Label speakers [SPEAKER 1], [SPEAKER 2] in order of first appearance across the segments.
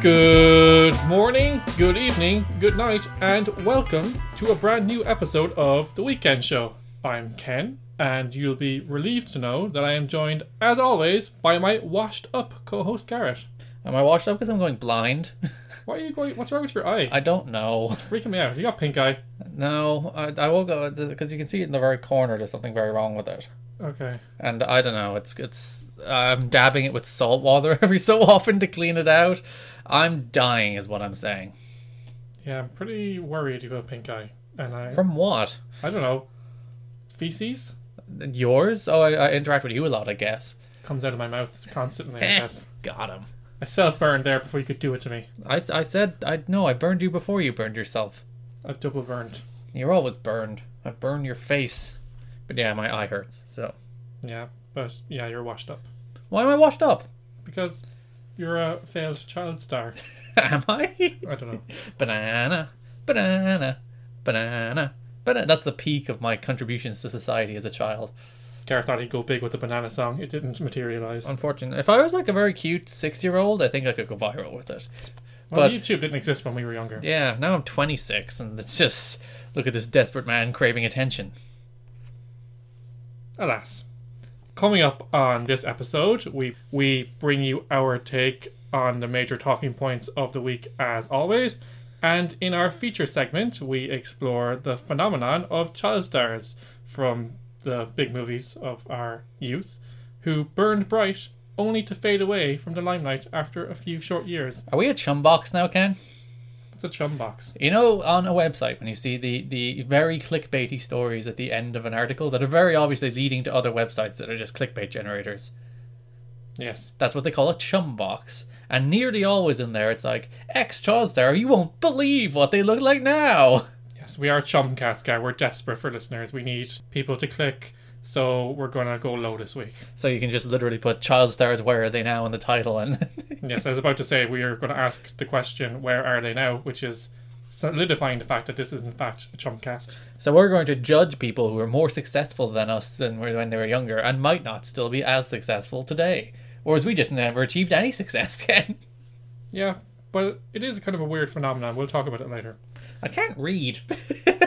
[SPEAKER 1] Good morning, good evening, good night, and welcome to a brand new episode of The Weekend Show. I'm Ken, and you'll be relieved to know that I am joined, as always, by my washed up co host Garrett.
[SPEAKER 2] Am I washed up because I'm going blind?
[SPEAKER 1] Why are you going? What's wrong with your eye?
[SPEAKER 2] I don't know.
[SPEAKER 1] Freaking me out. You got pink eye.
[SPEAKER 2] No, I, I will go because you can see it in the very corner. There's something very wrong with it,
[SPEAKER 1] Okay.
[SPEAKER 2] and I don't know. It's it's I'm dabbing it with salt water every so often to clean it out. I'm dying, is what I'm saying.
[SPEAKER 1] Yeah, I'm pretty worried you got pink eye. And I,
[SPEAKER 2] From what?
[SPEAKER 1] I don't know, feces
[SPEAKER 2] Yours? Oh, I, I interact with you a lot, I guess.
[SPEAKER 1] comes out of my mouth constantly, I guess.
[SPEAKER 2] Got him.
[SPEAKER 1] I self burned there before you could do it to me.
[SPEAKER 2] I, I said I no. I burned you before you burned yourself.
[SPEAKER 1] I double burned.
[SPEAKER 2] You're always burned. I burned your face. But yeah, my eye hurts. So
[SPEAKER 1] Yeah, but yeah, you're washed up.
[SPEAKER 2] why am I washed up?
[SPEAKER 1] Because you're a failed child star.
[SPEAKER 2] am I?
[SPEAKER 1] I don't know.
[SPEAKER 2] banana, banana, banana, banana. That's the peak of my contributions to society as a child.
[SPEAKER 1] Gareth thought he'd go big with the banana song. It didn't materialize.
[SPEAKER 2] Unfortunately, if I was like a very cute six-year-old, I think I could go viral with it.
[SPEAKER 1] well,
[SPEAKER 2] but-
[SPEAKER 1] YouTube didn't exist when we were younger.
[SPEAKER 2] Yeah, now I'm 26, and it's just look at this desperate man craving attention.
[SPEAKER 1] Alas. Coming up on this episode, we we bring you our take on the major talking points of the week as always. And in our feature segment, we explore the phenomenon of child stars from the big movies of our youth who burned bright only to fade away from the limelight after a few short years.
[SPEAKER 2] Are we a chum box now, Ken?
[SPEAKER 1] It's a chum box.
[SPEAKER 2] You know, on a website, when you see the, the very clickbaity stories at the end of an article that are very obviously leading to other websites that are just clickbait generators,
[SPEAKER 1] Yes.
[SPEAKER 2] That's what they call a chum box. And nearly always in there, it's like, ex Chaucer, you won't believe what they look like now.
[SPEAKER 1] Yes, we are Chumcast guy. We're desperate for listeners. We need people to click, so we're gonna go low this week.
[SPEAKER 2] So you can just literally put child stars, where are they now in the title? And
[SPEAKER 1] Yes, I was about to say we are going to ask the question, where are they now? Which is solidifying the fact that this is, in fact, a Chumcast.
[SPEAKER 2] so we're going to judge people who are more successful than us than we- when they were younger and might not still be as successful today. Whereas we just never achieved any success, Ken.
[SPEAKER 1] Yeah, but it is kind of a weird phenomenon. We'll talk about it later.
[SPEAKER 2] I can't read.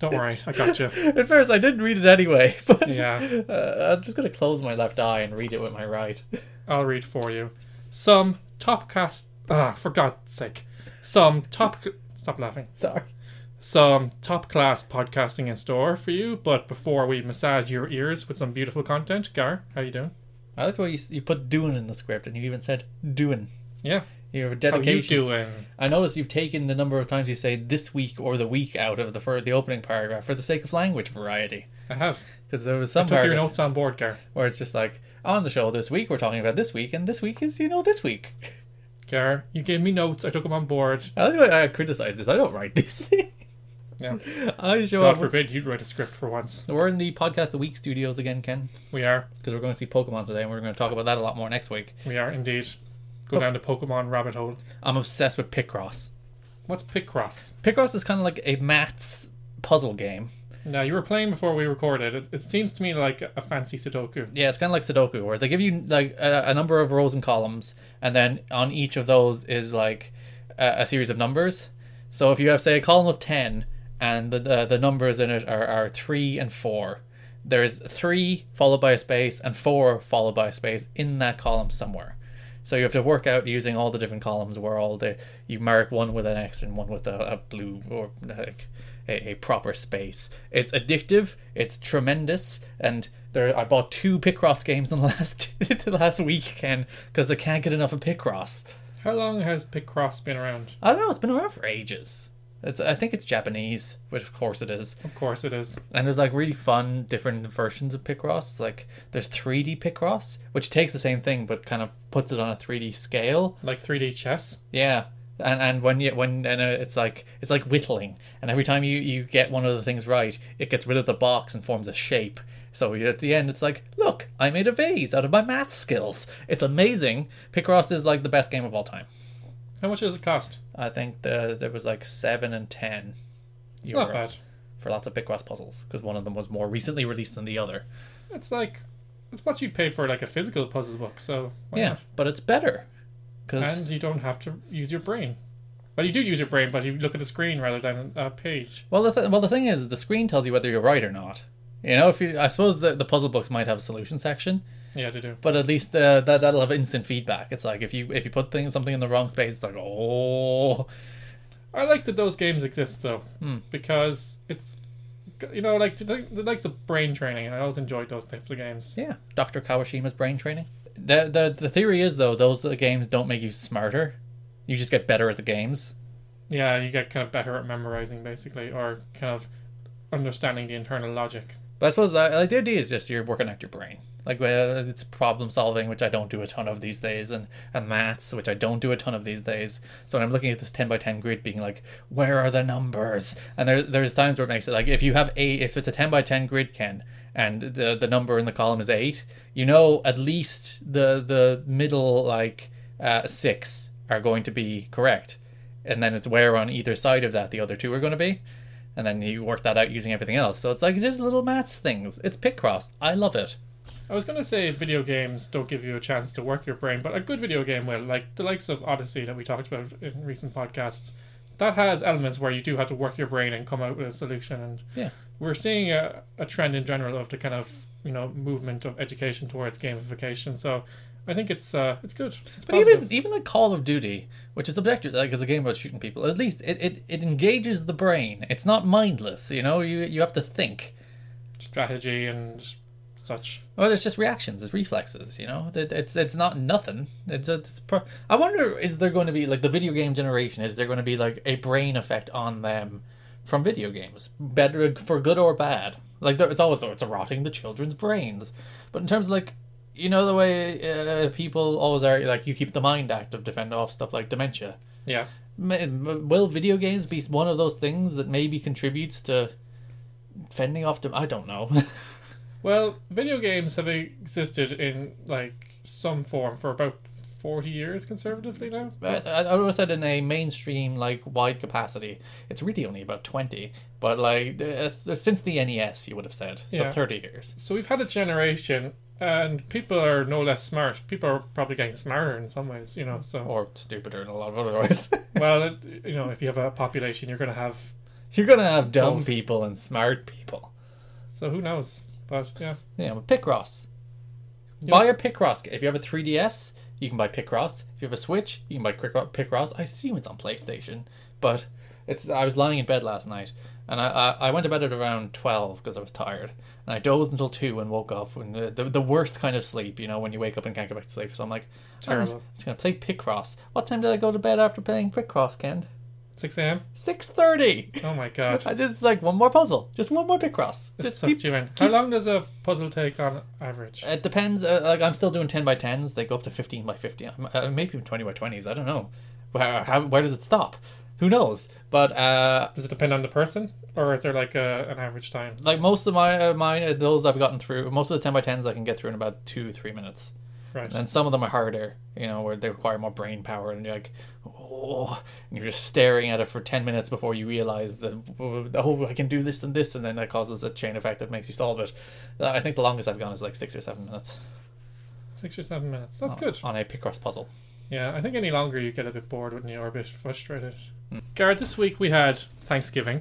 [SPEAKER 1] Don't worry, I got you.
[SPEAKER 2] At first, I didn't read it anyway, but
[SPEAKER 1] Yeah.
[SPEAKER 2] uh, I'm just going to close my left eye and read it with my right.
[SPEAKER 1] I'll read for you. Some top cast. Ah, for God's sake. Some top. Stop laughing.
[SPEAKER 2] Sorry.
[SPEAKER 1] Some top class podcasting in store for you, but before we massage your ears with some beautiful content, Gar, how you doing?
[SPEAKER 2] I like the way you, s- you put doing in the script, and you even said doing.
[SPEAKER 1] Yeah,
[SPEAKER 2] Your
[SPEAKER 1] how Oh, you
[SPEAKER 2] dedication.
[SPEAKER 1] doing?
[SPEAKER 2] I notice you've taken the number of times you say this week or the week out of the for the opening paragraph for the sake of language variety.
[SPEAKER 1] I have.
[SPEAKER 2] Because there was some
[SPEAKER 1] Took your
[SPEAKER 2] paragraphs
[SPEAKER 1] notes on board, Gar.
[SPEAKER 2] where it's just like on the show this week we're talking about this week, and this week is you know this week.
[SPEAKER 1] Gar, you gave me notes. I took them on board.
[SPEAKER 2] I like the way I criticize this. I don't write these things.
[SPEAKER 1] Yeah.
[SPEAKER 2] I show
[SPEAKER 1] God
[SPEAKER 2] up.
[SPEAKER 1] forbid you'd write a script for once.
[SPEAKER 2] We're in the podcast the week studios again, Ken,
[SPEAKER 1] We are.
[SPEAKER 2] because we're going to see Pokemon today, and we're going to talk about that a lot more next week.
[SPEAKER 1] We are indeed. Go
[SPEAKER 2] Oh.
[SPEAKER 1] down the Pokemon rabbit hole.
[SPEAKER 2] I'm obsessed with Picross.
[SPEAKER 1] What's Picross?
[SPEAKER 2] Picross is kind of like a maths puzzle game.
[SPEAKER 1] Now, you were playing before we recorded. It, it seems to me like a fancy Sudoku.
[SPEAKER 2] Yeah, it's kind of like Sudoku, where they give you like a, a number of rows and columns, and then on each of those is like a, a series of numbers. So if you have, say, a column of ten, and the the, the numbers in it are, are three and four, there is three followed by a space and four followed by a space in that column somewhere. So you have to work out using all the different columns where all the you mark one with an X and one with a, a blue or like a, a proper space. It's addictive. It's tremendous. And there, I bought two Picross games in the last the last week, Ken, because I can't get enough of Picross.
[SPEAKER 1] How long has Picross been around?
[SPEAKER 2] I don't know. It's been around for ages. It's I think it's Japanese, which of course it is.
[SPEAKER 1] Of course it is.
[SPEAKER 2] And there's like really fun different versions of Picross. Like there's 3D Picross, which takes the same thing but kind of puts it on a 3D scale.
[SPEAKER 1] Like 3D chess?
[SPEAKER 2] Yeah, and and when you when and uh, it's like it's like whittling, and every time you you get one of the things right, it gets rid of the box and forms a shape. So at the end, it's like, look, I made a vase out of my math skills. It's amazing. Picross is like the best game of all time.
[SPEAKER 1] How much does it cost?
[SPEAKER 2] I think the, there was like seven and ten
[SPEAKER 1] It's
[SPEAKER 2] euro
[SPEAKER 1] not bad.
[SPEAKER 2] for lots of Picross puzzles because one of them was more recently released than the other.
[SPEAKER 1] It's like. It's what you'd pay for like a physical puzzle book, so why
[SPEAKER 2] yeah,
[SPEAKER 1] not?
[SPEAKER 2] but it's better. because
[SPEAKER 1] and you don't have to use your brain. Well, you do use your brain, but you look at the screen rather than a page.
[SPEAKER 2] well, the th- well, the thing is, the screen tells you whether you're right or not. You know, if you, I suppose the, the puzzle books might have a solution section,
[SPEAKER 1] Yeah, they do.
[SPEAKER 2] but at least uh, that that'll have instant feedback. It's like if you if you put things something in the wrong space, it's like oh,
[SPEAKER 1] I like that those games exist though,
[SPEAKER 2] Hmm.
[SPEAKER 1] because it's you know like the, the likes of brain training. I always enjoyed those types of games.
[SPEAKER 2] yeah, Dr. Kawashima's brain training. The, the the theory is though those the games don't make you smarter, you just get better at the games.
[SPEAKER 1] Yeah, you get kind of better at memorizing basically, or kind of understanding the internal logic.
[SPEAKER 2] But I suppose that, like the idea is just you're working out your brain. Like uh, it's problem solving, which I don't do a ton of these days, and and maths, which I don't do a ton of these days. So when I'm looking at this ten by ten grid, being like, where are the numbers? And there there's times where it makes it like if you have eight, if it's a ten by ten grid, Ken, and the the number in the column is eight, you know at least the the middle like uh, six are going to be correct, and then it's where on either side of that the other two are going to be and then you work that out using everything else. So it's like just little maths things. It's pit cross. I love it.
[SPEAKER 1] I was gonna say video games don't give you a chance to work your brain, but a good video game will, like the likes of Odyssey that we talked about in recent podcasts. That has elements where you do have to work your brain and come out with a solution. And
[SPEAKER 2] Yeah.
[SPEAKER 1] we're seeing a, a trend in general of the kind of you know movement of education towards gamification. So I think it's uh, it's good. It's
[SPEAKER 2] But even even like Call of Duty, which is objective, like it's a game about shooting people. At least it, it, it engages the brain. It's not mindless. You know, you you have to think.
[SPEAKER 1] strategy and such.
[SPEAKER 2] Well, it's just reactions. It's reflexes. You know, It- it's it's not nothing. It's, it's pro- I wonder is there going to be like the video game generation? Is there going to be like a brain effect on them from video games, better for good or bad? Like there- it's always oh, it's rotting the children's brains. But in terms of like you know the way uh, people always are like you keep the mind active, defend off stuff like dementia.
[SPEAKER 1] Yeah,
[SPEAKER 2] Ma- m- Will video games be one of those things that maybe contributes to fending off? Dem- I don't know.
[SPEAKER 1] Well, video games have existed in like some form for about forty years conservatively now.
[SPEAKER 2] I, I I always said in a mainstream like wide capacity, it's really only about twenty. But like uh, since the NES, you would have said so
[SPEAKER 1] Yeah.
[SPEAKER 2] thirty years.
[SPEAKER 1] So we've had a generation, and people are no less smart. People are probably getting smarter in some ways, you know. So
[SPEAKER 2] Or stupider in a lot of other ways.
[SPEAKER 1] well, it, you know, if you have a population, you're going to have.
[SPEAKER 2] You're gonna have dumb
[SPEAKER 1] Both.
[SPEAKER 2] people and smart people.
[SPEAKER 1] So who knows? But yeah,
[SPEAKER 2] Yeah, but Picross. Buy a Picross. g- If you have a 3DS, you can buy Picross. If you have a Switch, you can buy Cricro- Picross. I assume it's on PlayStation, but it's. I was lying in bed last night, and I I, I went to bed at around twelve because I was tired, and I dozed until two and woke up when the, the the worst kind of sleep. You know, when you wake up and can't get back to sleep. So I'm like, "Oh, I'm
[SPEAKER 1] Terrible.
[SPEAKER 2] just gonna play Picross. What time did I go to bed after playing Picross, Ken?
[SPEAKER 1] six a.m.
[SPEAKER 2] Six thirty.
[SPEAKER 1] Oh my god,
[SPEAKER 2] I just like one more puzzle, just one more Picross.
[SPEAKER 1] just
[SPEAKER 2] Just
[SPEAKER 1] sucked
[SPEAKER 2] keep
[SPEAKER 1] you in. How long does a puzzle take on average?
[SPEAKER 2] it depends. Uh, like I'm still doing ten by tens. They go up to fifteen by fifteen. Um, Uh, maybe even twenty by twenties. I don't know. Where how, where does it stop? Who knows? But uh,
[SPEAKER 1] Does it depend on the person, or is there like a, an average time?
[SPEAKER 2] like most of my uh, mine, uh, those I've gotten through. Most of the ten by tens I can get through in about two three minutes.
[SPEAKER 1] Right.
[SPEAKER 2] And some of them are harder. You know, where they require more brain power, and you're like, oh, and you're just staring at it for ten minutes before you realize that oh, I can do this and this, and then that causes a chain effect that makes you solve it. Uh, I think the longest I've gone is like six or seven minutes.
[SPEAKER 1] Six or seven minutes. That's
[SPEAKER 2] on-
[SPEAKER 1] good.
[SPEAKER 2] on a Picross puzzle.
[SPEAKER 1] Yeah, I think any longer you get a bit bored, wouldn't you, or a bit frustrated?
[SPEAKER 2] Hmm.
[SPEAKER 1] Garrett, this week we had Thanksgiving.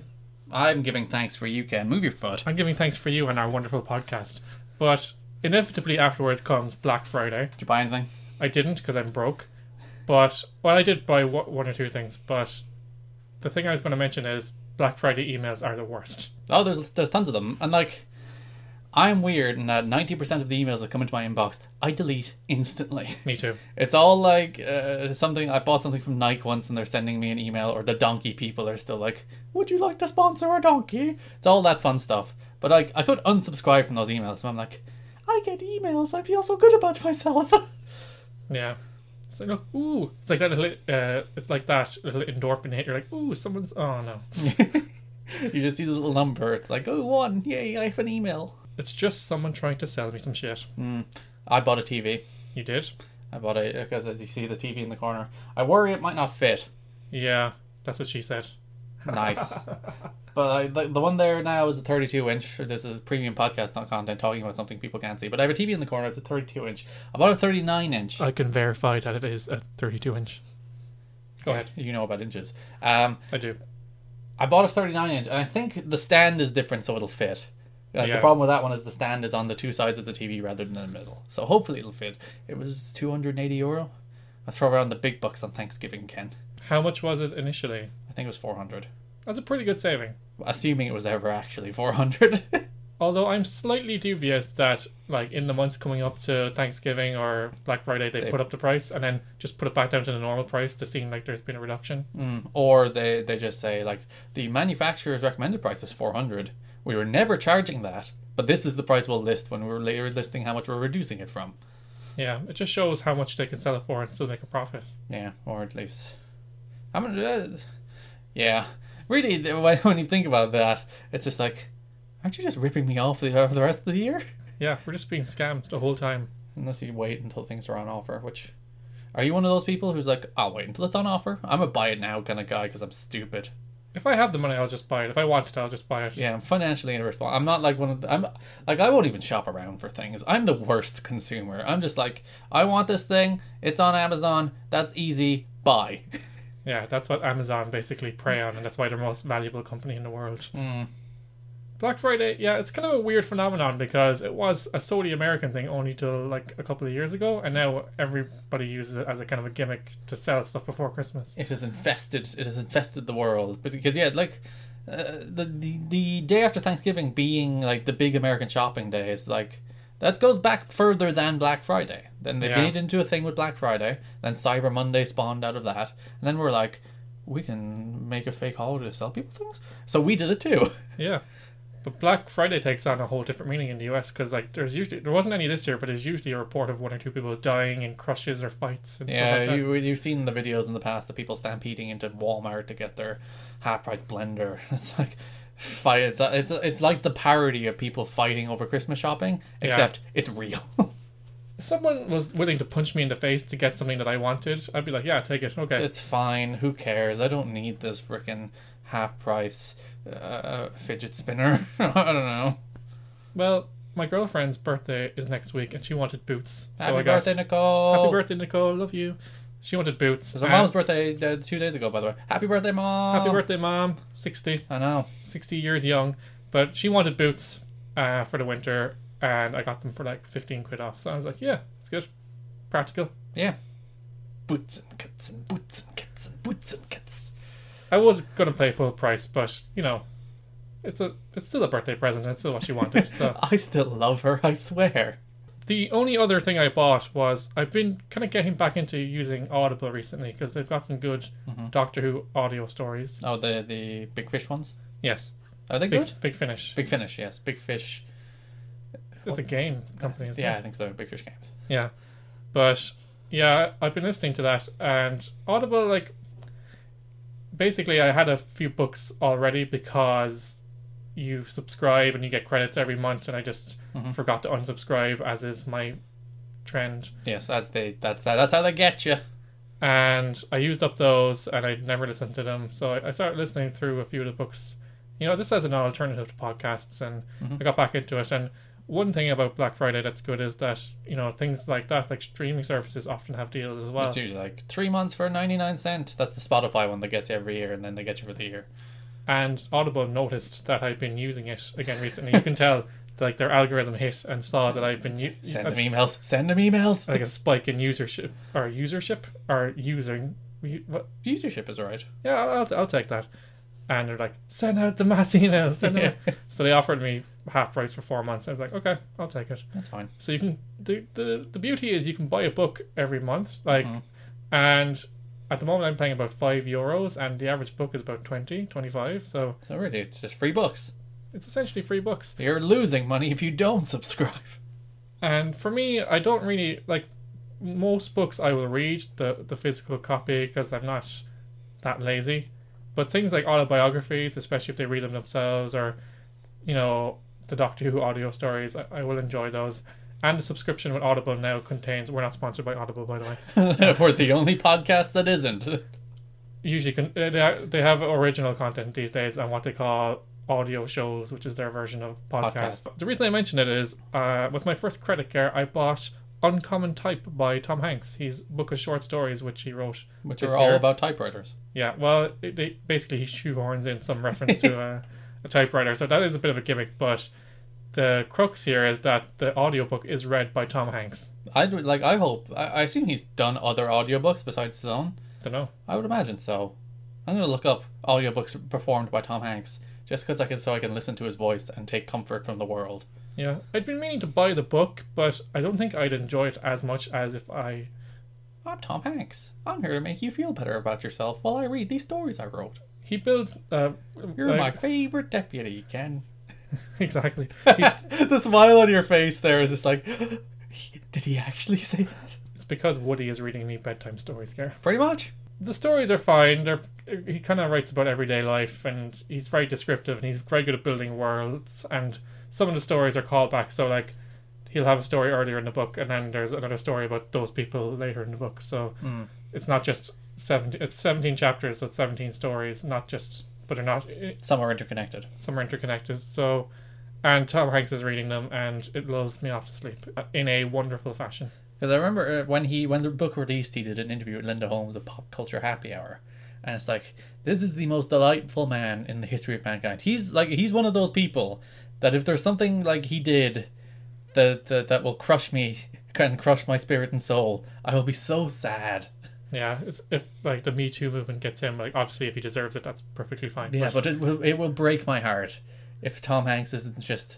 [SPEAKER 2] I'm giving thanks for you, Ken. Move your foot.
[SPEAKER 1] I'm giving thanks for you and our wonderful podcast. But inevitably afterwards comes Black Friday.
[SPEAKER 2] Did you buy anything?
[SPEAKER 1] I didn't because I'm broke. But, well, I did buy wa- one or two things. But the thing I was going to mention is Black Friday emails are the worst.
[SPEAKER 2] Oh, there's there's tons of them, and like, I'm weird in that 90% of the emails that come into my inbox, I delete instantly.
[SPEAKER 1] Me too.
[SPEAKER 2] It's all like uh, something I bought something from Nike once, and they're sending me an email, or the donkey people are still like, "Would you like to sponsor a donkey?" It's all that fun stuff. But like, I could unsubscribe from those emails, and I'm like, I get emails. I feel so good about myself.
[SPEAKER 1] Yeah. It's like, oh, ooh. It's like that little, uh, it's like that little endorphin hit. You're like, ooh, someone's, oh no.
[SPEAKER 2] you just see the little number. It's like, oh, one, yay! I have an email.
[SPEAKER 1] It's just someone trying to sell me some shit.
[SPEAKER 2] I bought a TV.
[SPEAKER 1] You did?
[SPEAKER 2] I bought it because, as you see, the TV in the corner. I worry it might not fit.
[SPEAKER 1] Yeah, that's what she said.
[SPEAKER 2] Nice. But I, the, the one there now is a 32 inch. This is premium podcast, not content, talking about something people can't see. But I have a TV in the corner. It's a 32 inch. I bought a 39 inch.
[SPEAKER 1] I can verify that it is a 32 inch. Go ahead.
[SPEAKER 2] You know about inches. Um,
[SPEAKER 1] I do.
[SPEAKER 2] I bought a 39 inch, and I think the stand is different, so it'll fit. That's
[SPEAKER 1] Yeah.
[SPEAKER 2] The problem with that one is the stand is on the two sides of the TV rather than in the middle. So hopefully it'll fit. It was 280 euro. I throw around the big bucks on Thanksgiving, Ken.
[SPEAKER 1] How much was it initially?
[SPEAKER 2] I think it was 400.
[SPEAKER 1] That's a pretty good saving.
[SPEAKER 2] Assuming it was ever actually 400.
[SPEAKER 1] Although I'm slightly dubious that, like, in the months coming up to Thanksgiving or Black Friday, they,
[SPEAKER 2] They-
[SPEAKER 1] put up the price and then just put it back down to the normal price to seem like there's been a reduction.
[SPEAKER 2] Mm, or they, they just say, like, the manufacturer's recommended price is 400. We were never charging that, but this is the price we'll list when we're later listing how much we're reducing it from.
[SPEAKER 1] Yeah, it just shows how much they can sell it for and still make a profit.
[SPEAKER 2] Yeah, or at least. I mean, uh, yeah. Really, th- when when you think about that, it's just like, aren't you just ripping me off the, over the rest of the year?
[SPEAKER 1] Yeah, we're just being scammed the whole time.
[SPEAKER 2] Unless you wait until things are on offer, which. Are you one of those people who's like, I'll wait until it's on offer? I'm a buy it now kind of guy because I'm stupid.
[SPEAKER 1] If I have the money, I'll just buy it. If I want it, I'll just buy it.
[SPEAKER 2] Yeah, I'm financially irresponsible. I'm not like one of the, I'm like I won't even shop around for things. I'm the worst consumer. I'm just like I want this thing. It's on Amazon. That's easy. Buy.
[SPEAKER 1] Yeah, that's what Amazon basically prey on, and that's why they're the most valuable company in the world.
[SPEAKER 2] Mm.
[SPEAKER 1] Black Friday, yeah, it's kind of a weird phenomenon because it was a solely American thing only till like a couple of years ago, and now everybody uses it as a kind of a gimmick to sell stuff before Christmas.
[SPEAKER 2] It has infested. It has infested the world because yeah, like uh, the, the the day after Thanksgiving being like the big American shopping day is like that goes back further than Black Friday. Then they
[SPEAKER 1] Yeah.
[SPEAKER 2] made it into a thing with Black Friday. Then Cyber Monday spawned out of that, and then we're like, we can make a fake holiday to sell people things. So we did it too.
[SPEAKER 1] Yeah. But Black Friday takes on a whole different meaning in the US because like there's usually there wasn't any this year, but there's usually a report of one or two people dying in crushes or fights and stuff like
[SPEAKER 2] Yeah,
[SPEAKER 1] that.
[SPEAKER 2] you, you've seen the videos in the past of people stampeding into Walmart to get their half price blender. It's like, fight. It's, it's it's like the parody of people fighting over Christmas shopping, except it's real.
[SPEAKER 1] If someone was willing to punch me in the face to get something that I wanted, I'd be like, Yeah, take it, okay.
[SPEAKER 2] it's fine. Who cares? I don't need this frickin' half price uh, fidget spinner. I don't know.
[SPEAKER 1] Well, my girlfriend's birthday is next week and she wanted boots. So
[SPEAKER 2] Happy
[SPEAKER 1] I got
[SPEAKER 2] birthday, Nicole.
[SPEAKER 1] Happy birthday, Nicole, love you. She wanted boots.
[SPEAKER 2] It was her
[SPEAKER 1] and-
[SPEAKER 2] mom's birthday uh, two days ago, by the way. Happy birthday, mom.
[SPEAKER 1] Happy birthday, mom. 60,
[SPEAKER 2] I know.
[SPEAKER 1] 60 years young. But she wanted boots uh, for the winter, and I got them for like 15 quid off. So I was like, yeah, it's good. Practical.
[SPEAKER 2] Yeah. Boots and kits and boots and kits and boots and kits.
[SPEAKER 1] I was going to pay full price, but, you know, it's a it's still a birthday present. It's still what she wanted. So
[SPEAKER 2] I still love her, I swear.
[SPEAKER 1] the only other thing I bought was I've been kind of getting back into using Audible recently because they've got some good
[SPEAKER 2] Mm-hmm.
[SPEAKER 1] Doctor Who audio stories.
[SPEAKER 2] Oh, the the big fish ones.
[SPEAKER 1] Yes,
[SPEAKER 2] Are they
[SPEAKER 1] big,
[SPEAKER 2] good?
[SPEAKER 1] big finish.
[SPEAKER 2] Big Finish, yes. Big Fish.
[SPEAKER 1] It's a game company. Isn't
[SPEAKER 2] Yeah,
[SPEAKER 1] it?
[SPEAKER 2] I think so. Big Fish games.
[SPEAKER 1] Yeah. But yeah, I've been listening to that and Audible like basically I had a few books already because you subscribe and you get credits every month and I just
[SPEAKER 2] Mhm.
[SPEAKER 1] forgot to unsubscribe as is my trend.
[SPEAKER 2] Yes, as they that's that's how they get you.
[SPEAKER 1] And I used up those and I never listened to them. So I, I started listening through a few of the books. You know, this as an alternative to podcasts and
[SPEAKER 2] Mhm.
[SPEAKER 1] I got back into it and one thing about Black Friday that's good is that, you know, things like that, like streaming services often have deals as well.
[SPEAKER 2] It's usually like three months for ninety nine cent. That's the Spotify one that gets you every year, and then they get you for the year.
[SPEAKER 1] and Audible noticed that I've been using it again recently. You can tell, like their algorithm hit and saw that I've been u-
[SPEAKER 2] Send
[SPEAKER 1] that's
[SPEAKER 2] them emails. Send them emails.
[SPEAKER 1] like a spike in usership or usership or using. you- what-
[SPEAKER 2] Usership is alright.
[SPEAKER 1] Yeah, I'll, I'll- I'll take that. And they're like, send out the mass emails. Send them out." So they offered me half price for four months. I was like, okay, I'll take it.
[SPEAKER 2] That's fine.
[SPEAKER 1] So you can the the, the beauty is you can buy a book every month, like,
[SPEAKER 2] Mhm.
[SPEAKER 1] and at the moment I'm paying about five euros, and the average book is about 20, 25. So
[SPEAKER 2] So really, it's just free books.
[SPEAKER 1] it's essentially free books.
[SPEAKER 2] You're losing money if you don't subscribe.
[SPEAKER 1] And for me, I don't really like most books. I will read the the physical copy because I'm not that lazy. But things like autobiographies, especially if they read them themselves, or you know the Doctor Who audio stories, I, I will enjoy those. And the subscription with Audible now contains. We're not sponsored by Audible, by the way.
[SPEAKER 2] We're the only podcast that isn't.
[SPEAKER 1] usually con- uh, they are- they have original content these days on what they call audio shows, which is their version of podcasts. The reason I mention it is uh, with my first credit card, I bought Uncommon Type by Tom Hanks. His book of short stories, which he wrote,
[SPEAKER 2] which
[SPEAKER 1] this
[SPEAKER 2] are all
[SPEAKER 1] year.
[SPEAKER 2] about typewriters.
[SPEAKER 1] Yeah, well, it- they basically he shoehorns in some reference to a, a typewriter, so that is a bit of a gimmick. But the crux here is that the audiobook is read by Tom Hanks.
[SPEAKER 2] I would like. I hope. I, I assume he's done other audiobooks besides his own.
[SPEAKER 1] Don't know.
[SPEAKER 2] I would imagine so. I'm gonna look up audiobooks performed by Tom Hanks just because I can, so I can listen to his voice and take comfort from the world.
[SPEAKER 1] Yeah, I'd been meaning to buy the book, but I don't think I'd enjoy it as much as if I.
[SPEAKER 2] I'm Tom Hanks. I'm here to make you feel better about yourself while I read these stories I wrote.
[SPEAKER 1] He builds. Uh,
[SPEAKER 2] You're
[SPEAKER 1] like-
[SPEAKER 2] my favorite deputy, Ken.
[SPEAKER 1] exactly. He's-
[SPEAKER 2] the smile on your face there is just like, did he actually say that?
[SPEAKER 1] it's because Woody is reading me bedtime stories, Gare.
[SPEAKER 2] Pretty much.
[SPEAKER 1] The stories are fine. They're, he kind of writes about everyday life, and he's very descriptive, and he's very good at building worlds. And some of the stories are callbacks, so like he'll have a story earlier in the book, and then there's another story about those people later in the book. So it's not just seventeen. It's seventeen chapters, so it's seventeen stories, not just. But they're not
[SPEAKER 2] Some are interconnected.
[SPEAKER 1] some are interconnected. So, and Tom Hanks is reading them, and it lulls me off to sleep uh, in a wonderful fashion.
[SPEAKER 2] Because I remember uh, when he when the book released, he did an interview with Linda Holmes of Pop Culture Happy Hour, and it's like this is the most delightful man in the history of mankind. He's like he's one of those people that if there's something like he did that that, that will crush me and crush my spirit and soul, I will be so sad.
[SPEAKER 1] Yeah, it's, if like the Me Too movement gets him, like obviously if he deserves it, that's perfectly fine.
[SPEAKER 2] Yeah, but it will it will break my heart if Tom Hanks isn't just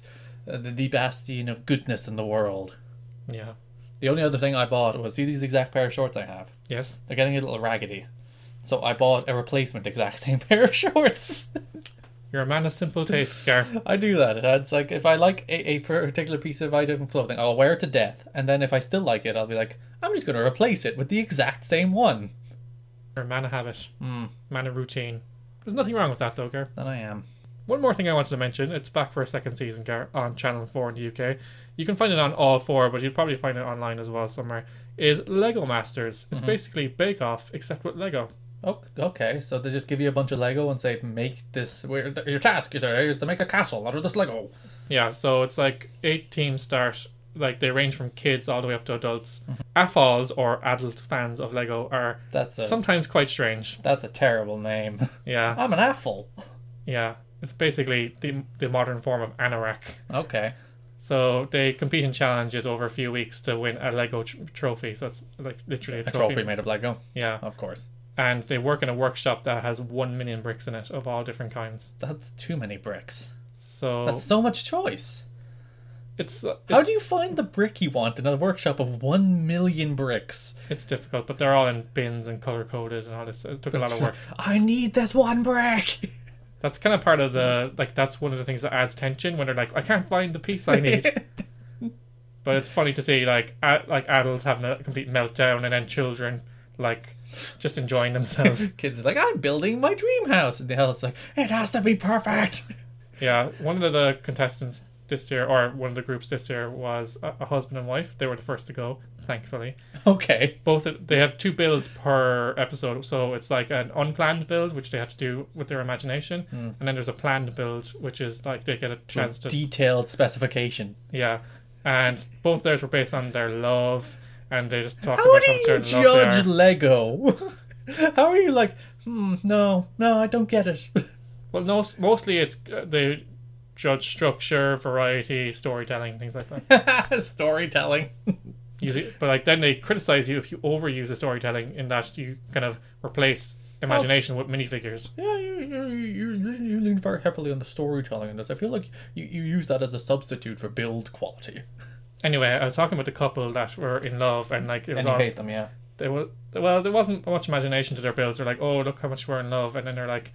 [SPEAKER 2] uh, the, the bastion of goodness in the world.
[SPEAKER 1] yeah,
[SPEAKER 2] The only other thing I bought was see these exact pair of shorts I have.
[SPEAKER 1] yes,
[SPEAKER 2] They're getting a little raggedy. So I bought a replacement exact same pair of shorts.
[SPEAKER 1] you're a man of simple taste, Scar.
[SPEAKER 2] I do that. It's like if I like a, a particular piece of item of clothing, I'll wear it to death. And then if I still like it, I'll be like, I'm just going to replace it with the exact same one.
[SPEAKER 1] You're a man of habit, man of routine. There's nothing wrong with that though, Gar.
[SPEAKER 2] Then I am.
[SPEAKER 1] One more thing I wanted to mention: it's back for a second season, Gar, on Channel Four in the UK. You can find it on all four, but you'll probably find it online as well somewhere. Is Lego Masters? It's basically Bake Off except with Lego.
[SPEAKER 2] Oh, okay. So they just give you a bunch of Lego and say, make this. Where, your task today is to make a castle out of this Lego.
[SPEAKER 1] Yeah, so it's like eight teams start. Like they range from kids all the way up to adults.
[SPEAKER 2] Mm-hmm.
[SPEAKER 1] AFOLs or adult fans of Lego are
[SPEAKER 2] That's a
[SPEAKER 1] sometimes quite strange.
[SPEAKER 2] that's a terrible name.
[SPEAKER 1] Yeah,
[SPEAKER 2] I'm an apple.
[SPEAKER 1] yeah. It's basically the the modern form of anorak.
[SPEAKER 2] Okay.
[SPEAKER 1] So they compete in challenges over a few weeks to win a Lego tr- trophy. So it's like literally a,
[SPEAKER 2] A
[SPEAKER 1] trophy.
[SPEAKER 2] trophy Oh. made of Lego,
[SPEAKER 1] Yeah,
[SPEAKER 2] of course.
[SPEAKER 1] and they work in a workshop that has one million bricks in it of all different kinds.
[SPEAKER 2] That's too many bricks.
[SPEAKER 1] So
[SPEAKER 2] That's so much choice.
[SPEAKER 1] it's, uh,
[SPEAKER 2] How
[SPEAKER 1] it's
[SPEAKER 2] do you find the brick you want in a workshop of one million bricks?
[SPEAKER 1] it's difficult, but they're all in bins and color coded and all this. It took a lot of work.
[SPEAKER 2] I need this one brick.
[SPEAKER 1] That's kind of part of the like. That's one of the things that adds tension when they're like, "I can't find the piece I need." but it's funny to see like a like adults having a complete meltdown and then children like just enjoying themselves.
[SPEAKER 2] Kids is like, I'm building my dream house, and the hell, it's like, it has to be perfect.
[SPEAKER 1] yeah, one of the contestants this year, or one of the groups this year, was a, a husband and wife. They were the first to go, thankfully.
[SPEAKER 2] Okay,
[SPEAKER 1] Both of- they have two builds per episode, so it's like an unplanned build which they have to do with their imagination, and then there's a planned build which is like they get a chance to
[SPEAKER 2] detailed specification.
[SPEAKER 1] Yeah, and both theirs were based on their love, and they just talk
[SPEAKER 2] How
[SPEAKER 1] about
[SPEAKER 2] do
[SPEAKER 1] how
[SPEAKER 2] you
[SPEAKER 1] much in love they
[SPEAKER 2] judge
[SPEAKER 1] are.
[SPEAKER 2] Lego? How are you like? Hmm, no, no, I don't get it.
[SPEAKER 1] Well, no, mostly it's uh, they judge structure, variety, storytelling, things like that.
[SPEAKER 2] Storytelling.
[SPEAKER 1] Usually, but like then they criticize you if you overuse the storytelling in that you kind of replace imagination with minifigures.
[SPEAKER 2] Yeah, you, you, you, you lean very heavily on the storytelling in this. I feel like you, you use that as a substitute for build quality.
[SPEAKER 1] Anyway, I was talking about the couple that were in love, and like it was
[SPEAKER 2] And you
[SPEAKER 1] all
[SPEAKER 2] hate them, yeah.
[SPEAKER 1] they were well, there wasn't much imagination to their builds. They're like, oh, look how much we're in love, and then they're like,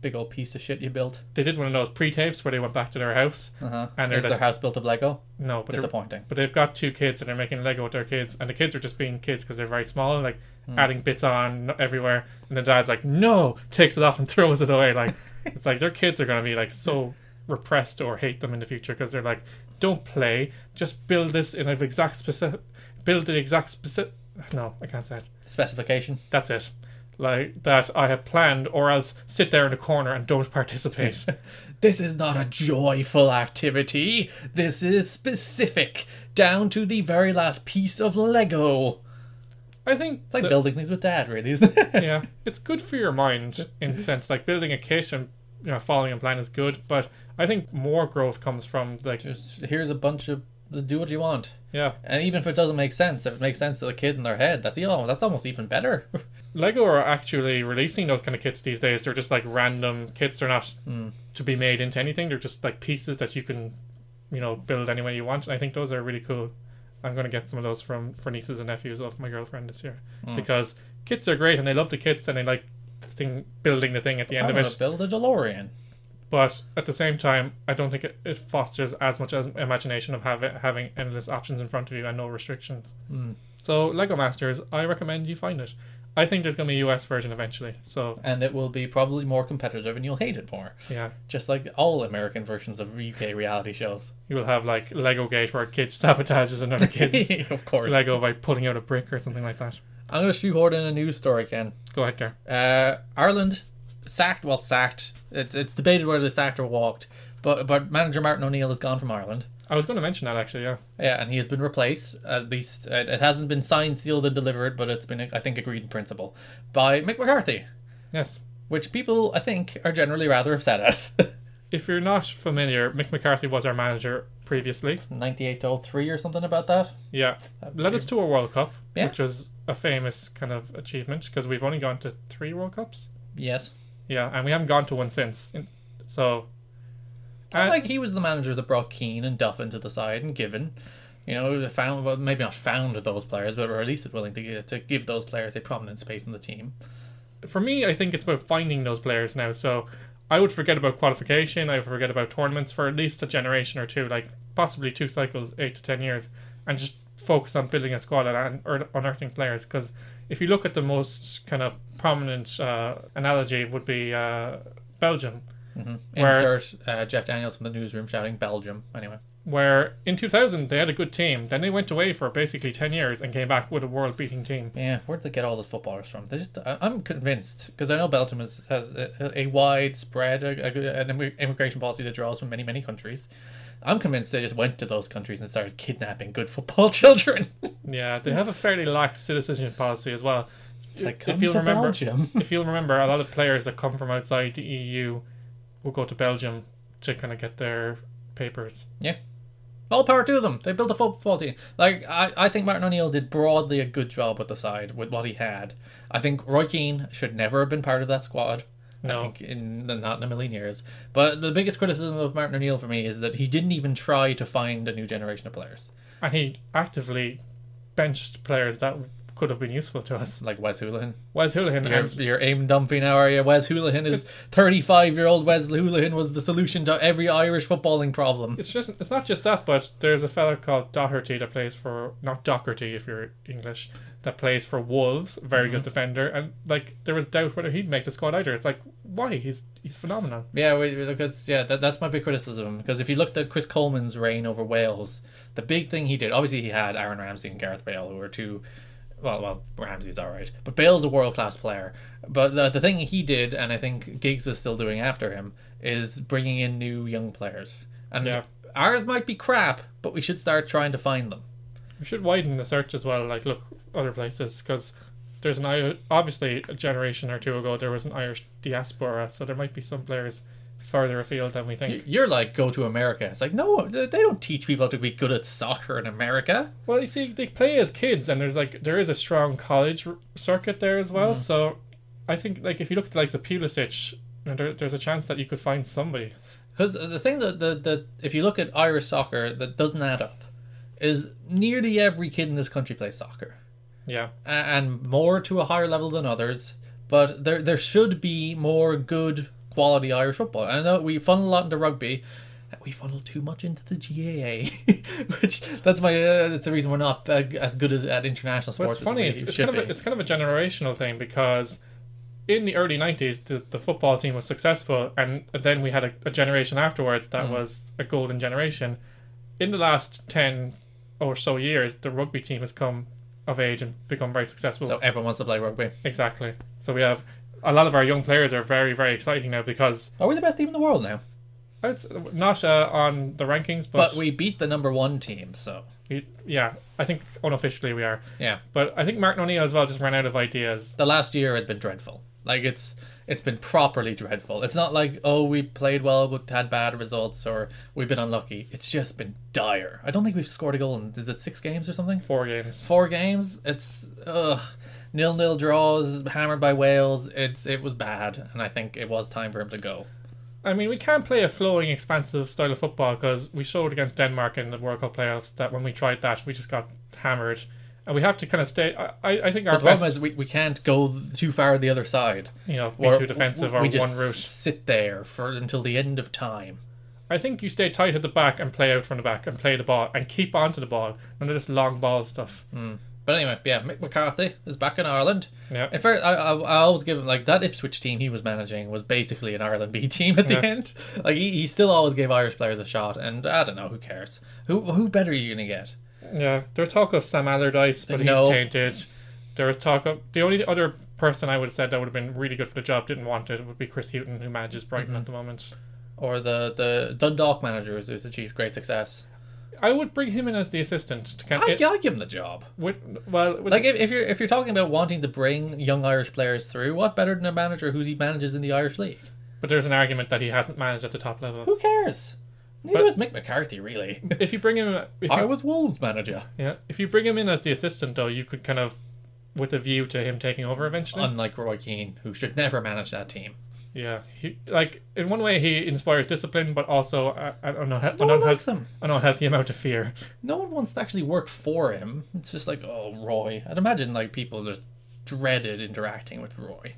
[SPEAKER 2] Big old piece of shit you built.
[SPEAKER 1] they did one of those pre-tapes where they went back to their house,
[SPEAKER 2] Uh-huh.
[SPEAKER 1] and they're
[SPEAKER 2] Is their
[SPEAKER 1] just
[SPEAKER 2] house built of Lego?
[SPEAKER 1] no, but they're-
[SPEAKER 2] Disappointing.
[SPEAKER 1] But they've got two kids and they're making Lego with their kids, and the kids are just being kids because they're very small, like
[SPEAKER 2] Hmm.
[SPEAKER 1] adding bits on everywhere. And the dad's like, "No!" takes it off and throws it away. Like it's like their kids are gonna be like so repressed or hate them in the future because they're like, "Don't play, just build this in an exact specific, build the exact specific." No, I can't say it.
[SPEAKER 2] Specification.
[SPEAKER 1] That's it. like that I have planned, or else sit there in a corner and don't participate.
[SPEAKER 2] This is not a joyful activity. This is specific, down to the very last piece of Lego.
[SPEAKER 1] I think
[SPEAKER 2] It's like
[SPEAKER 1] that-
[SPEAKER 2] building things with dad, really, isn't it?
[SPEAKER 1] yeah, it's good for your mind in a sense. Like building a kit and you know following a plan is good, but I think more growth comes from like
[SPEAKER 2] Just here's a bunch of do what you want,
[SPEAKER 1] yeah,
[SPEAKER 2] and even if it doesn't make sense, if it makes sense to the kid in their head, that's oh, that's almost even better.
[SPEAKER 1] Lego are actually releasing those kind of kits these days. They're just like random kits. They're not to be made into anything. They're just like pieces that you can, you know, build any way you want. And I think those are really cool. I'm gonna get some of those from for nieces and nephews of my girlfriend this year because kits are great and they love the kits and they like the thing building the thing at the end
[SPEAKER 2] I'm
[SPEAKER 1] of
[SPEAKER 2] gonna
[SPEAKER 1] it.
[SPEAKER 2] build a DeLorean.
[SPEAKER 1] But at the same time, I don't think it, it fosters as much as imagination of having having endless options in front of you and no restrictions.
[SPEAKER 2] Hmm.
[SPEAKER 1] So Lego Masters, I recommend you find it. I think there's going to be a US version eventually. So
[SPEAKER 2] and it will be probably more competitive and you'll hate it more.
[SPEAKER 1] yeah,
[SPEAKER 2] Just like all American versions of UK reality shows.
[SPEAKER 1] you will have like Lego Gate where a kid sabotages another kid's
[SPEAKER 2] of course.
[SPEAKER 1] Lego by pulling out a brick or something like that.
[SPEAKER 2] I'm going to shoehorn in a news story, Ken.
[SPEAKER 1] Go ahead, Gar.
[SPEAKER 2] Uh, Ireland sacked, well, sacked. It's, it's debated whether they sacked or walked, but, but manager Martin O'Neill has gone from Ireland.
[SPEAKER 1] I was going to mention that actually. Yeah,
[SPEAKER 2] Yeah, and he has been replaced. At least it, it hasn't been signed, sealed, and delivered, but it's been, I think, agreed in principle by Mick McCarthy,
[SPEAKER 1] yes.
[SPEAKER 2] which people, I think, are generally rather upset at.
[SPEAKER 1] If you're not familiar, Mick McCarthy was our manager previously.
[SPEAKER 2] 98 to 03 or something about that.
[SPEAKER 1] Yeah, led us to a World Cup,
[SPEAKER 2] Yeah.
[SPEAKER 1] which was a famous kind of achievement because we've only gone to three World Cups.
[SPEAKER 2] Yes.
[SPEAKER 1] Yeah, and we haven't gone to one since. In- So, uh,
[SPEAKER 2] I
[SPEAKER 1] and-
[SPEAKER 2] like he was the manager that brought Keane and Duffin to the side and Given, you know, found well, maybe not found those players, but were at least willing to give, to give those players a prominent space in the team.
[SPEAKER 1] for me, I think it's about finding those players now. So, I would forget about qualification. I would forget about tournaments for at least a generation or two, like possibly two cycles, eight to ten years, and just focus on building a squad and un- or unearthing players. Because if you look at the most kind of prominent uh, analogy, would be uh, Belgium. Where-
[SPEAKER 2] Insert uh, Jeff Daniels from the newsroom shouting Belgium. Anyway,
[SPEAKER 1] where in 2000 they had a good team, then they went away for basically 10 years and came back with a world beating team.
[SPEAKER 2] yeah, where did they get all those footballers from? They just, I, I'm convinced because I know Belgium is, has a, a widespread a, a, good- an immi- immigration policy that draws from many many countries. I'm convinced they just went to those countries and started kidnapping good football children.
[SPEAKER 1] Yeah, they have a fairly lax citizenship policy as well.
[SPEAKER 2] It's like,
[SPEAKER 1] If
[SPEAKER 2] "Come
[SPEAKER 1] you'll
[SPEAKER 2] to
[SPEAKER 1] remember-
[SPEAKER 2] Belgium.
[SPEAKER 1] If you'll remember, a lot of players that come from outside the EU will go to Belgium to kind of get their papers.
[SPEAKER 2] All power to them. They built a football team. Like I, I think Martin O'Neill did broadly a good job with the side with what he had. I think Roy Keane should never have been part of that squad. I
[SPEAKER 1] No.
[SPEAKER 2] think in not in a million years. But the biggest criticism of Martin O'Neill for me is that he didn't even try to find a new generation of players,
[SPEAKER 1] And he actively benched players that could have been useful to us.
[SPEAKER 2] like Wes Houlihan.
[SPEAKER 1] Wes Houlihan
[SPEAKER 2] Your,
[SPEAKER 1] and
[SPEAKER 2] your aim dumpy now are you? Wes Houlihan is thirty-five-year-old Wes Houlihan was the solution to every Irish footballing problem.
[SPEAKER 1] it's just it's not just that, but there's a fella called Doherty that plays for not Doherty if you're English, that plays for Wolves, very good defender, and like there was doubt whether he'd make the squad either. It's like why he's he's phenomenal.
[SPEAKER 2] Yeah, we, we- because yeah, that, that's my big criticism. Because if you looked at Chris Coleman's reign over Wales, the big thing he did, obviously he had Aaron Ramsey and Gareth Bale, who were two. Well, well, Ramsey's all right, but Bale's a world class player. But the, the thing he did, and I think Giggs is still doing after him, is bringing in new young players. And
[SPEAKER 1] Yeah.
[SPEAKER 2] ours might be crap, but we should start trying to find them.
[SPEAKER 1] We should widen the search as well, like look other places because there's an I- obviously a generation or two ago there was an Irish diaspora, so there might be some players further afield than we think.
[SPEAKER 2] Y- You're like, go to America. It's like, no, th- they don't teach people how to be good at soccer in America.
[SPEAKER 1] Well, you see, they play as kids, and there's like there is a strong college r- circuit there as
[SPEAKER 2] Mm-hmm.
[SPEAKER 1] well. So, I think like if you look at the likes of Pulisic, you know, there, there's a chance that you could find somebody.
[SPEAKER 2] Because the thing that the, the if you look at Irish soccer that doesn't add up is nearly every kid in this country plays soccer
[SPEAKER 1] Yeah,
[SPEAKER 2] A- and more to a higher level than others. But there there should be more good quality Irish football. I know we funnel a lot into rugby. We funnel too much into the GAA, which that's my uh, that's the reason we're not uh, as good as at international
[SPEAKER 1] but
[SPEAKER 2] sports.
[SPEAKER 1] it's funny.
[SPEAKER 2] As
[SPEAKER 1] It's,
[SPEAKER 2] we
[SPEAKER 1] it's
[SPEAKER 2] should
[SPEAKER 1] kind of a,
[SPEAKER 2] be.
[SPEAKER 1] it's kind of a generational thing because in the early '90s, the, the football team was successful, and then we had a, a generation afterwards that
[SPEAKER 2] Mm-hmm.
[SPEAKER 1] was a golden generation. In the last ten or so years, the rugby team has come of age and become very successful.
[SPEAKER 2] So everyone wants to play rugby.
[SPEAKER 1] Exactly. So we have a lot of our young players are very, very exciting now because
[SPEAKER 2] Are we the best team in the world now?
[SPEAKER 1] it's not uh, on the rankings, but,
[SPEAKER 2] But we beat the number one team, so
[SPEAKER 1] we, yeah, I think unofficially we are.
[SPEAKER 2] yeah.
[SPEAKER 1] But I think Martin O'Neill as well just ran out of ideas.
[SPEAKER 2] The last year had been dreadful. Like it's it's been properly dreadful. It's not like oh we played well but had bad results or we've been unlucky. It's just been dire. I don't think we've scored a goal in is it six games or something?
[SPEAKER 1] Four games.
[SPEAKER 2] Four games. It's ugh nil nil draws hammered by Wales. It's it was bad and I think it was time for him to go.
[SPEAKER 1] I mean, we can play a flowing, expansive style of football because we showed against Denmark in the World Cup playoffs that when we tried that, we just got hammered. And we have to kind of stay. I, I I think our
[SPEAKER 2] The problem
[SPEAKER 1] best,
[SPEAKER 2] is we, we can't go too far the other side.
[SPEAKER 1] you know, be
[SPEAKER 2] Or
[SPEAKER 1] too defensive
[SPEAKER 2] we
[SPEAKER 1] or
[SPEAKER 2] just
[SPEAKER 1] one route.
[SPEAKER 2] sit there for until the end of time.
[SPEAKER 1] I think you stay tight at the back and play out from the back and play the ball and keep onto the ball. None of this long ball stuff.
[SPEAKER 2] But anyway, yeah, Mick McCarthy is back in Ireland.
[SPEAKER 1] Yeah.
[SPEAKER 2] In fact, I, I, I always give him like that Ipswich team he was managing was basically an Ireland B team at the
[SPEAKER 1] Yeah.
[SPEAKER 2] end. Like he, he still always gave Irish players a shot, and I don't know who cares. Who who better are you gonna get?
[SPEAKER 1] Yeah, there's talk of Sam Allardyce, but
[SPEAKER 2] No.
[SPEAKER 1] he's tainted. There was talk of the only other person I would have said that would have been really good for the job didn't want it would be Chris Houghton, who manages Brighton
[SPEAKER 2] Mm-hmm.
[SPEAKER 1] at the moment.
[SPEAKER 2] Or the the Dundalk manager who's who's achieved great success.
[SPEAKER 1] I would bring him in as the assistant. To kind
[SPEAKER 2] I,
[SPEAKER 1] it,
[SPEAKER 2] I give him the job.
[SPEAKER 1] with, well, with,
[SPEAKER 2] Like if, if you're if you're talking about wanting to bring young Irish players through, what better than a manager who's he manages in the Irish league?
[SPEAKER 1] but there's an argument that he hasn't managed at the top level.
[SPEAKER 2] Who cares? Neither
[SPEAKER 1] But-
[SPEAKER 2] was Mick McCarthy really.
[SPEAKER 1] if you bring him, if
[SPEAKER 2] I
[SPEAKER 1] you,
[SPEAKER 2] was Wolves manager.
[SPEAKER 1] yeah, if you bring him in as the assistant, though, you could kind of, with a view to him taking over eventually.
[SPEAKER 2] Unlike Roy Keane, who should never manage that team.
[SPEAKER 1] yeah, he like in one way he inspires discipline, but also uh, an, unhe-
[SPEAKER 2] No
[SPEAKER 1] an,
[SPEAKER 2] one
[SPEAKER 1] unhealth-
[SPEAKER 2] likes them.
[SPEAKER 1] an unhealthy amount of fear.
[SPEAKER 2] No one wants to actually work for him. It's just like, oh, Roy. I'd imagine like people just dreaded interacting with Roy,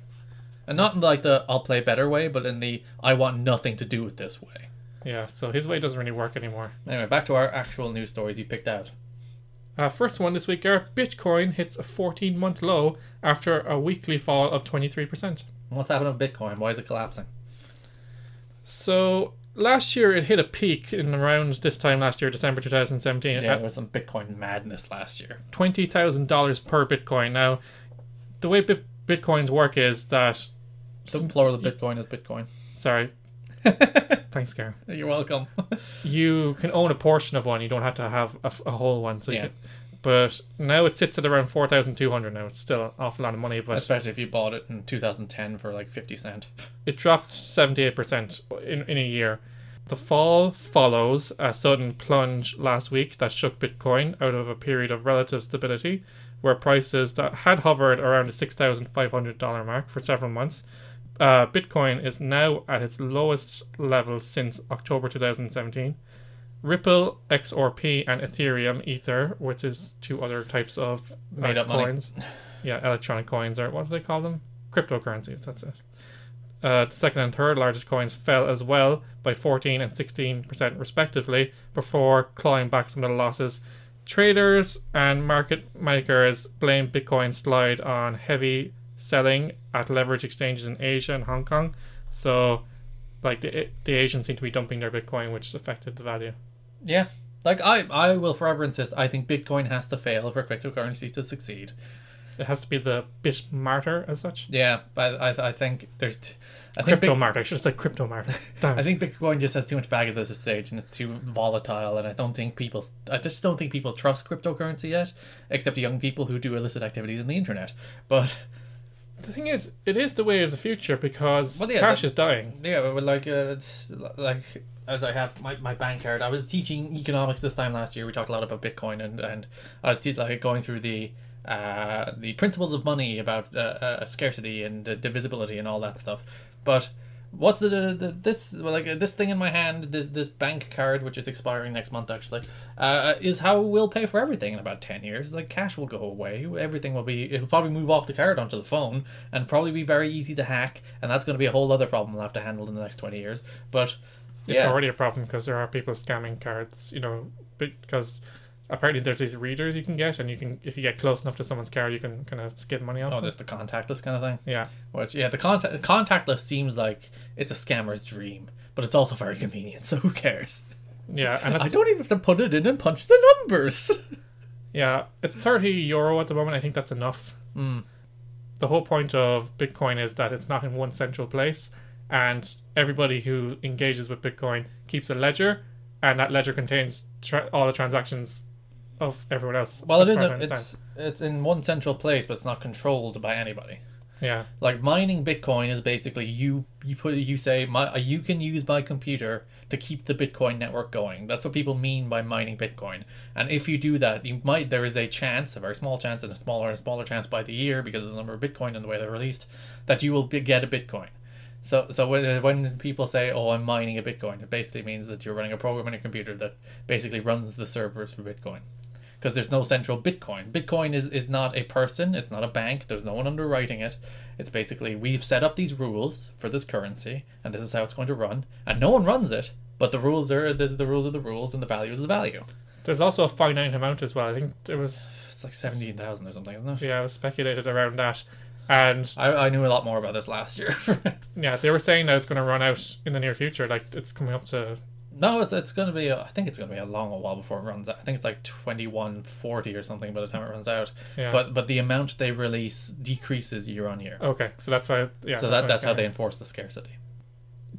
[SPEAKER 2] and not in like the I'll play better way, but in the I want nothing to do with this way.
[SPEAKER 1] Yeah, so his way doesn't really work anymore.
[SPEAKER 2] Anyway, back to our actual news stories you picked out.
[SPEAKER 1] Uh, first one this week, Gareth. Bitcoin hits a 14 month low after a weekly fall of 23%.
[SPEAKER 2] What's happening with Bitcoin? Why is it collapsing?
[SPEAKER 1] So last year it hit a peak in around this time last year, December 2017,
[SPEAKER 2] Yeah,
[SPEAKER 1] at
[SPEAKER 2] there was some Bitcoin madness last year.
[SPEAKER 1] $20,000 per Bitcoin. Now, the way Bit- Bitcoins work is that.
[SPEAKER 2] Don't plural of Bitcoin is Bitcoin.
[SPEAKER 1] Sorry. Thanks, Gareth.
[SPEAKER 2] You're welcome.
[SPEAKER 1] You can own a portion of one, you don't have to have a, f- a whole one. So you
[SPEAKER 2] Yeah.
[SPEAKER 1] can- but now it sits at around 4200 now. It's still an awful lot of money, but.
[SPEAKER 2] Especially if you bought it in 2010 for like 50 cent.
[SPEAKER 1] It dropped 78% in, in a year. The fall follows a sudden plunge last week that shook Bitcoin out of a period of relative stability, where prices that had hovered around the $6,500 mark for several months. Uh, Bitcoin is now at its lowest level since October 2017. Ripple, XRP, and Ethereum Ether, which is two other types of uh,
[SPEAKER 2] Made up money.
[SPEAKER 1] coins. Yeah, electronic coins, or what do they call them? Cryptocurrencies, that's it. Uh, the second and third largest coins fell as well by 14 and 16% respectively before clawing back some of the losses. Traders and market makers blame Bitcoin's slide on heavy selling at leverage exchanges in Asia and Hong Kong. So, like, the, the Asians seem to be dumping their Bitcoin, which affected the value.
[SPEAKER 2] Yeah. Like I, I will forever insist. I think Bitcoin has to fail for cryptocurrencies to succeed.
[SPEAKER 1] It has to be the bit martyr as such.
[SPEAKER 2] Yeah, but I, I think there's, t- I think,
[SPEAKER 1] Crypto
[SPEAKER 2] Bit-
[SPEAKER 1] martyr. I should have said crypto martyr. Damn.
[SPEAKER 2] I think Bitcoin just has too much baggage at this stage, and it's too volatile. And I don't think people, I just don't think people trust cryptocurrency yet, except young people who do illicit activities on the internet. But
[SPEAKER 1] the thing is, it is the way of the future because
[SPEAKER 2] Well, yeah,
[SPEAKER 1] cash
[SPEAKER 2] that-
[SPEAKER 1] is dying.
[SPEAKER 2] Yeah, but like, uh, it's like as I have my, my bank card, I was teaching economics this time last year. We talked a lot about Bitcoin, and and I was te- like going through the uh, the principles of money about uh, uh, scarcity and uh, divisibility and all that stuff. But what's the, the, the this well, like uh, this thing in my hand, this this bank card which is expiring next month actually, uh, is how we'll pay for everything in about ten years. Like cash will go away, everything will be it'll probably move off the card onto the phone and probably be very easy to hack, and that's going to be a whole other problem we'll have to handle in the next twenty years. But
[SPEAKER 1] it's
[SPEAKER 2] yeah,
[SPEAKER 1] already a problem because there are people scamming cards you know because apparently there's these readers you can get and you can if you get close enough to someone's card you can kind of skid money off
[SPEAKER 2] oh,
[SPEAKER 1] them.
[SPEAKER 2] there's the contactless kind of thing.
[SPEAKER 1] yeah
[SPEAKER 2] Which yeah, the contact contactless seems like it's a scammer's dream, but it's also very convenient. So who cares?
[SPEAKER 1] yeah and
[SPEAKER 2] I
[SPEAKER 1] that's,
[SPEAKER 2] don't even have to put it in and punch the numbers.
[SPEAKER 1] Yeah, it's 30 euro at the moment. I think that's enough.
[SPEAKER 2] Mm.
[SPEAKER 1] The whole point of Bitcoin is that it's not in one central place, and everybody who engages with Bitcoin keeps a ledger, and that ledger contains tra- all the transactions of everyone else.
[SPEAKER 2] Well, it
[SPEAKER 1] as
[SPEAKER 2] is.
[SPEAKER 1] far
[SPEAKER 2] A,
[SPEAKER 1] as I
[SPEAKER 2] it's
[SPEAKER 1] understand.
[SPEAKER 2] it's in one central place, but it's not controlled by anybody.
[SPEAKER 1] yeah,
[SPEAKER 2] Like mining Bitcoin is basically you you put you say my you can use my computer to keep the Bitcoin network going. That's what people mean by mining Bitcoin. And if you do that, you might there is a chance, a very small chance, and a smaller and smaller chance by the year because of the number of Bitcoin and the way they're released, that you will be, get a Bitcoin. So so when when people say oh I'm mining a Bitcoin, it basically means that you're running a program on your computer that basically runs the servers for Bitcoin because there's no central Bitcoin. Bitcoin is, is not a person, it's not a bank, there's no one underwriting it. It's basically we've set up these rules for this currency, and this is how it's going to run, and no one runs it, but the rules are this is the rules are the rules, and the value is the value.
[SPEAKER 1] there's also a finite amount as well. I think it was
[SPEAKER 2] It's like 17,000 or something, isn't it?
[SPEAKER 1] yeah, it was speculated around that, and
[SPEAKER 2] I, I knew a lot more about this last year.
[SPEAKER 1] yeah, they were saying that it's going to run out in the near future. Like it's coming up to
[SPEAKER 2] no, it's, it's going to be, I think it's going to be a long while before it runs out. I think it's like 2140 or something by the time it runs out.
[SPEAKER 1] yeah.
[SPEAKER 2] But but the amount they release decreases year on year.
[SPEAKER 1] okay, so that's why yeah.
[SPEAKER 2] so
[SPEAKER 1] why
[SPEAKER 2] that,
[SPEAKER 1] it's
[SPEAKER 2] that's how
[SPEAKER 1] coming.
[SPEAKER 2] they enforce the scarcity.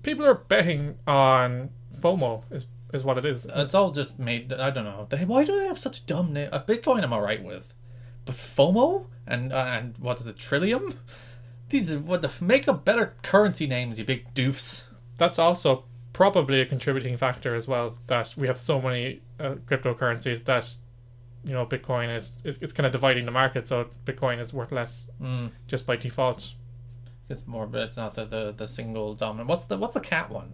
[SPEAKER 1] people are betting on FOMO is is what it is.
[SPEAKER 2] It's all just made. I don't know. They, why do they have such dumb name? Uh, Bitcoin, I'm all right with, but FOMO and uh, and what is it? Trillium. These are what the make up better currency names, you big doofs.
[SPEAKER 1] That's also probably a contributing factor as well that we have so many uh, cryptocurrencies that you know Bitcoin is, is it's kind of dividing the market, so Bitcoin is worth less
[SPEAKER 2] Mm.
[SPEAKER 1] just by default.
[SPEAKER 2] It's more, but it's not the, the the single dominant. What's the what's the cat one?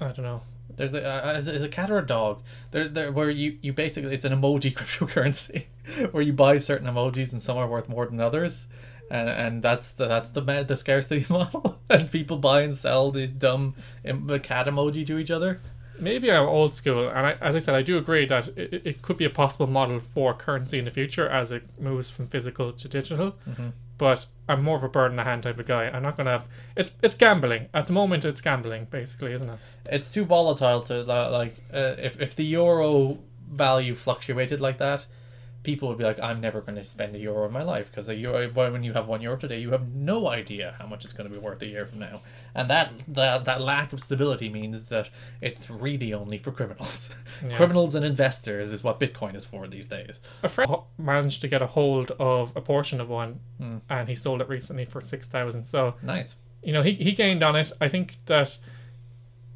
[SPEAKER 1] I don't know.
[SPEAKER 2] There's a uh, is, it- is it a cat or a dog? There there where you you basically it's an emoji cryptocurrency where you buy certain emojis and some are worth more than others. And, and that's the that's the ma- the scarcity model, and people buy and sell the dumb em- the cat emoji to each other.
[SPEAKER 1] Maybe I'm old school, and I, as I said, I do agree that it, it- it could be a possible model for currency in the future as it moves from physical to digital. But I'm more of a bird in the hand type of guy. I'm not gonna have it's it's gambling at the moment. It's gambling basically, isn't it?
[SPEAKER 2] it's too volatile to li- like uh, if if the euro value fluctuated like that people would be like i'm never going to spend a euro in my life because a euro when you have one euro today you have no idea how much it's going to be worth a year from now and that that, that lack of stability means that it's really only for criminals criminals and investors is what bitcoin is for these days
[SPEAKER 1] A friend ho- managed to get a hold of a portion of one, and he sold it recently for six thousand. So
[SPEAKER 2] nice
[SPEAKER 1] you know he he gained on it. I think that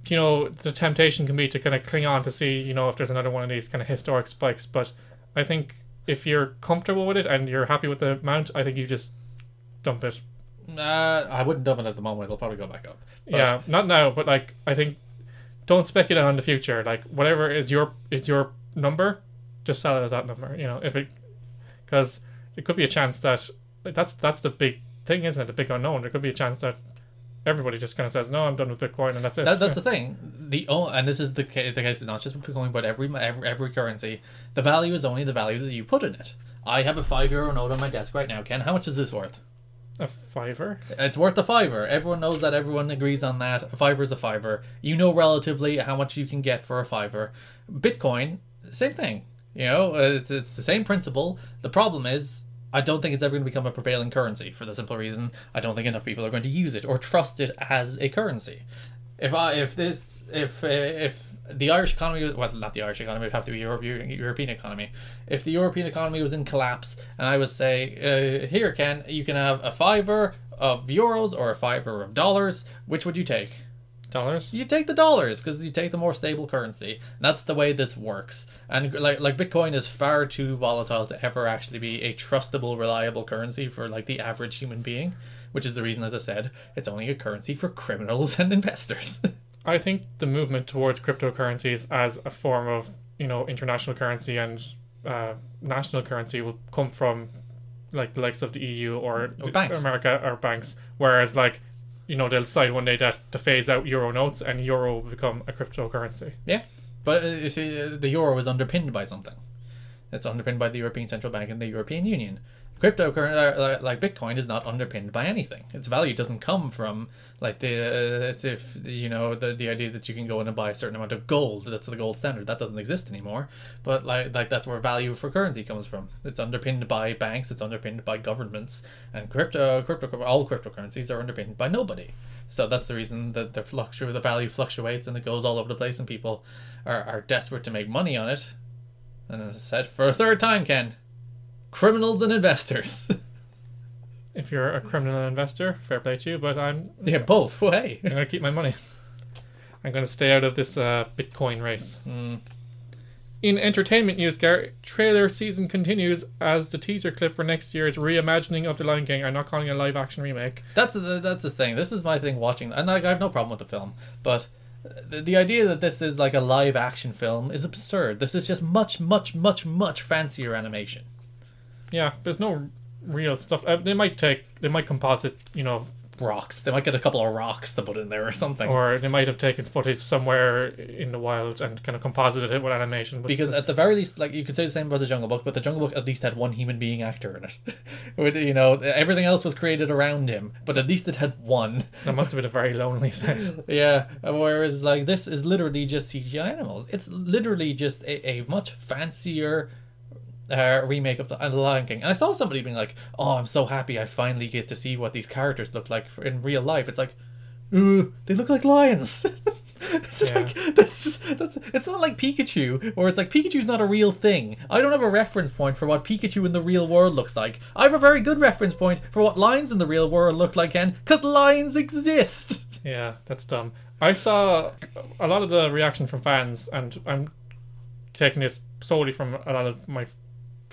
[SPEAKER 1] you know the temptation can be to kind of cling on to see you know if there's another one of these kind of historic spikes. But I think if you're comfortable with it and you're happy with the amount, I think you just dump it.
[SPEAKER 2] uh, i wouldn't dump it at the moment it'll probably go back up But-
[SPEAKER 1] yeah, not now, but like I think don't speculate on the future. Like whatever is your is your number, just sell it at that number. You know, if it because it could be a chance that like, that's that's the big thing, isn't it? The big unknown. There could be a chance that everybody just kind of says, "No, I'm done with Bitcoin," and that's it.
[SPEAKER 2] That, that's the thing. The o- and this is the case, the case not just with Bitcoin, but every, every every currency. The value is only the value that you put in it. I have a five euro note on my desk right now, Ken. How much is this worth?
[SPEAKER 1] a fiver.
[SPEAKER 2] It's worth a fiver. Everyone knows that. Everyone agrees on that. A fiver is a fiver. You know relatively how much you can get for a fiver. Bitcoin, same thing. You know, uh, it's it's the same principle. The problem is. I don't think it's ever going to become a prevailing currency for the simple reason I don't think enough people are going to use it or trust it as a currency. If I if this if uh, if the Irish economy was- well not the Irish economy it would have to be Europe, European economy. If the European economy was in collapse, and I would say uh, here Ken, you can have a fiver of euros or a fiver of dollars. Which would you take?
[SPEAKER 1] Dollars.
[SPEAKER 2] You take the dollars because you take the more stable currency. And that's the way this works. And like like Bitcoin is far too volatile to ever actually be a trustable, reliable currency for like the average human being. Which is the reason, as I said, it's only a currency for criminals and investors.
[SPEAKER 1] I think the movement towards cryptocurrencies as a form of you know international currency and uh, national currency will come from like the likes of the EU or,
[SPEAKER 2] Or banks.
[SPEAKER 1] America or banks, whereas like you know they'll decide one day that to phase out euro notes and euro will become a cryptocurrency.
[SPEAKER 2] Yeah, but uh, you see, uh, the euro is underpinned by something. It's underpinned by the European Central Bank and the European Union. cryptocurrency like bitcoin is not underpinned by anything its value doesn't come from like the uh, it's if you know the, the idea that you can go in and buy a certain amount of gold that's the gold standard that doesn't exist anymore but like like that's where value for currency comes from it's underpinned by banks it's underpinned by governments and crypto crypto all cryptocurrencies are underpinned by nobody so that's the reason that the fluctu- the value fluctuates and it goes all over the place and people are, are desperate to make money on it and as I said for a third time Ken criminals and investors.
[SPEAKER 1] If you're a criminal investor, fair play to you, but I'm
[SPEAKER 2] yeah, both. Well, hey,
[SPEAKER 1] I'm gonna keep my money. I'm gonna stay out of this uh, Bitcoin race. In entertainment news, Garrett, trailer season continues as the teaser clip for next year's reimagining of The Lion King. I'm not calling it a live action remake.
[SPEAKER 2] that's the that's the thing. This is my thing watching, and like, I have no problem with the film, but the, the idea that this is like a live action film is absurd. This is just much, much, much, much fancier animation.
[SPEAKER 1] Yeah, there's no real stuff. Uh, they might take, they might composite, you know,
[SPEAKER 2] Rocks. They might get a couple of rocks to put in there or something.
[SPEAKER 1] or they might have taken footage somewhere in the wild and kind of composited it with animation. But
[SPEAKER 2] because at the very least, like you could say the same about the Jungle Book, but the Jungle Book at least had one human being actor in it. With you know everything else was created around him, but at least it had one.
[SPEAKER 1] that must have been a very lonely set.
[SPEAKER 2] Yeah, whereas like this is literally just CGI animals. It's literally just a, a much fancier uh, remake of the, uh, the Lion King. And I saw somebody being like, "Oh, I'm so happy I finally get to see what these characters look like for- in real life." It's like, ooh, they look like lions. it's
[SPEAKER 1] Yeah.
[SPEAKER 2] like that's that's it's not like Pikachu, or it's like Pikachu's not a real thing. I don't have a reference point for what Pikachu in the real world looks like. I have a very good reference point for what lions in the real world look like, and because lions exist.
[SPEAKER 1] Yeah, that's dumb. I saw a lot of the reaction from fans, and I'm taking this solely from a lot of my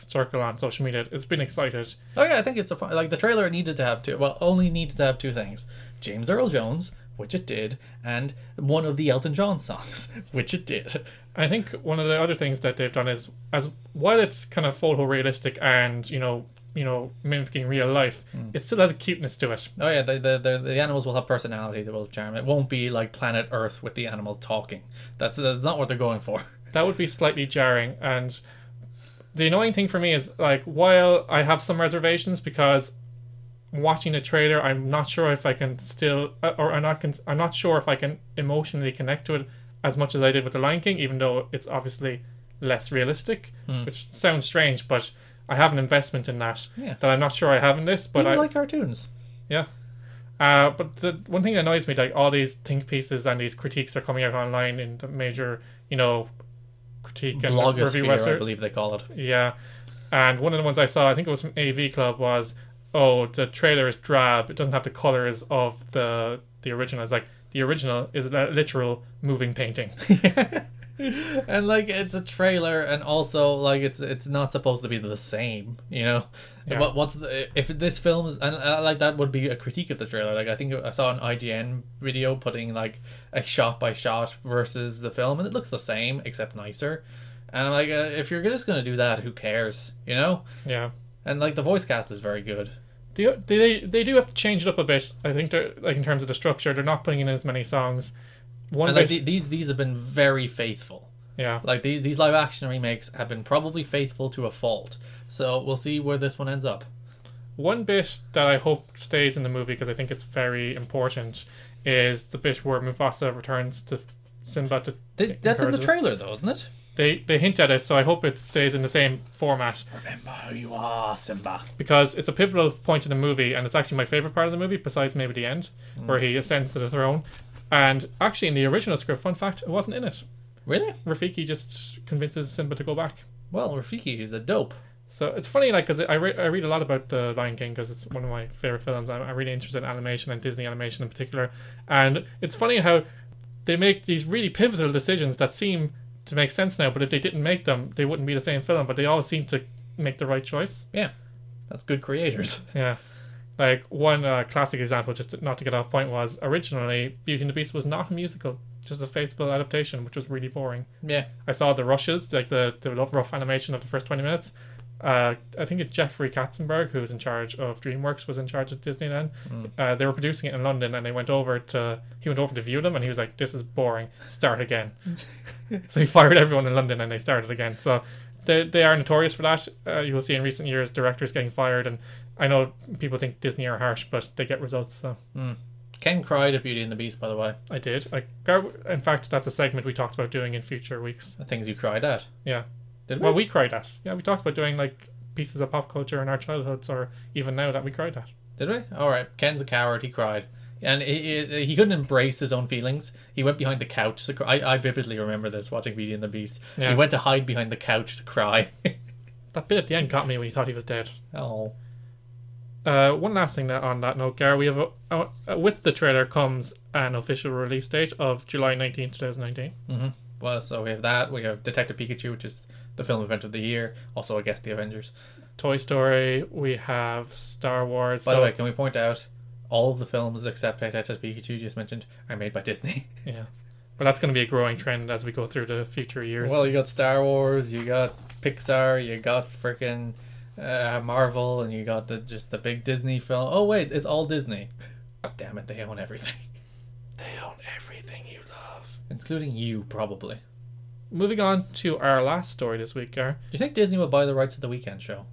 [SPEAKER 1] circle on social media. It's been excited.
[SPEAKER 2] Oh yeah, I think it's a fun, like the trailer needed to have two. Well, only needed to have two things: James Earl Jones, which it did, and one of the Elton John songs, which it did.
[SPEAKER 1] I think one of the other things that they've done is, as while it's kind of photorealistic and you know, you know, mimicking real life, it still has a cuteness to it.
[SPEAKER 2] Oh yeah, the the the, the animals will have personality. They will charm. It won't be like Planet Earth with the animals talking. That's that's not what they're going for.
[SPEAKER 1] That would be slightly jarring. And the annoying thing for me is, like, while I have some reservations because watching the trailer, I'm not sure if I can still, uh, or I'm not, con- I'm not sure if I can emotionally connect to it as much as I did with The Lion King, even though it's obviously less realistic, which sounds strange, but I have an investment in that
[SPEAKER 2] Yeah.
[SPEAKER 1] that I'm not sure I have in this. But
[SPEAKER 2] People
[SPEAKER 1] I,
[SPEAKER 2] like cartoons.
[SPEAKER 1] yeah. Uh, but the one thing that annoys me, like all these think pieces and these critiques are coming out online in the major, you know, critique and review
[SPEAKER 2] Blogosphere, I
[SPEAKER 1] website.
[SPEAKER 2] believe they call it.
[SPEAKER 1] Yeah. And one of the ones I saw, I think it was from AV Club, was, oh, the trailer is drab. It doesn't have the colors of the the original. It's like the original is a literal moving painting.
[SPEAKER 2] and like it's a trailer and also like it's it's not supposed to be the same you know
[SPEAKER 1] Yeah.
[SPEAKER 2] what what's the if this film is and uh, like that would be a critique of the trailer like i think i saw an ign video putting like a shot by shot versus the film and it looks the same except nicer and I'm like uh, if you're just gonna do that who cares you know
[SPEAKER 1] yeah.
[SPEAKER 2] and like the voice cast is very good
[SPEAKER 1] They, they they do have to change it up a bit. I think they're like in terms of the structure, they're not putting in as many songs. One
[SPEAKER 2] and
[SPEAKER 1] bit,
[SPEAKER 2] like the- these these have been very faithful
[SPEAKER 1] yeah.
[SPEAKER 2] like these these live action remakes have been probably faithful to a fault so we'll see where this one ends up
[SPEAKER 1] One bit that I hope stays in the movie because I think it's very important is the bit where Mufasa returns to Simba. To
[SPEAKER 2] Th- that's in
[SPEAKER 1] encourage
[SPEAKER 2] the
[SPEAKER 1] it.
[SPEAKER 2] trailer, though, isn't it?
[SPEAKER 1] They they hint at it, so I hope it stays in the same format
[SPEAKER 2] Remember who you are, Simba.
[SPEAKER 1] because it's a pivotal point in the movie, and it's actually my favorite part of the movie, besides maybe the end
[SPEAKER 2] Hmm.
[SPEAKER 1] where he ascends to the throne. And actually, in the original script, fun fact, it wasn't in it.
[SPEAKER 2] Really?
[SPEAKER 1] Rafiki just convinces Simba to go back.
[SPEAKER 2] Well, Rafiki is a dope.
[SPEAKER 1] So it's funny, like, because I, re- I read a lot about the Lion King because it's one of my favorite films. I'm, I'm really interested in animation and Disney animation in particular. And it's funny how they make these really pivotal decisions that seem to make sense now, but if they didn't make them, they wouldn't be the same film. But they all seem to make the right choice.
[SPEAKER 2] Yeah, that's good creators.
[SPEAKER 1] Yeah. Like, one uh, classic example, just to, not to get off point, was originally Beauty and the Beast was not a musical, just a faithful adaptation, which was really boring.
[SPEAKER 2] Yeah,
[SPEAKER 1] I saw the rushes, like the, the rough animation of the first 20 minutes. Uh, I think it's Jeffrey Katzenberg, who was in charge of DreamWorks, was in charge of Disney then. Uh, they were producing it in London, and they went over to he went over to view them, and he was like, "This is boring. Start again." so he fired everyone in London, and they started again. So they they are notorious for that. Uh, you'll see in recent years directors getting fired, and I know people think Disney are harsh, but they get results. So
[SPEAKER 2] Ken cried at Beauty and the Beast, by the way.
[SPEAKER 1] I did. I got, in fact, that's a segment we talked about doing in future weeks.
[SPEAKER 2] The things you cried at.
[SPEAKER 1] Yeah.
[SPEAKER 2] Did we?
[SPEAKER 1] Well, we cried at. Yeah, we talked about doing like pieces of pop culture in our childhoods, or even now that we cried at.
[SPEAKER 2] Did we? All right. Ken's a coward. He cried, and he, he, he couldn't embrace his own feelings. He went behind the couch to cry. I, I vividly remember this watching Beauty and the Beast.
[SPEAKER 1] Yeah.
[SPEAKER 2] He went to hide behind the couch to cry.
[SPEAKER 1] That bit at the end got me when he thought he was dead.
[SPEAKER 2] oh,
[SPEAKER 1] Uh, one last thing that, on that note, Gar, we have a, a, a- with the trailer comes an official release date of July nineteenth, two 2019.
[SPEAKER 2] well. So we have that. We have Detective Pikachu, which is the film event of the year. Also, I guess the Avengers.
[SPEAKER 1] Toy Story, we have Star Wars.
[SPEAKER 2] By
[SPEAKER 1] so-
[SPEAKER 2] the way, can we point out all of the films except Detective Pikachu you just mentioned are made by Disney.
[SPEAKER 1] yeah, but that's going to be a growing trend as we go through the future years.
[SPEAKER 2] Well, you got Star Wars, you got Pixar, you got freaking uh, Marvel, and you got the just the big Disney film. Oh wait, it's all Disney. God damn it, they own everything,
[SPEAKER 1] they own everything you love.
[SPEAKER 2] including you probably. Do
[SPEAKER 1] Moving on to our last story this week, Gar.
[SPEAKER 2] you think Disney will buy the rights to the Weekend Show?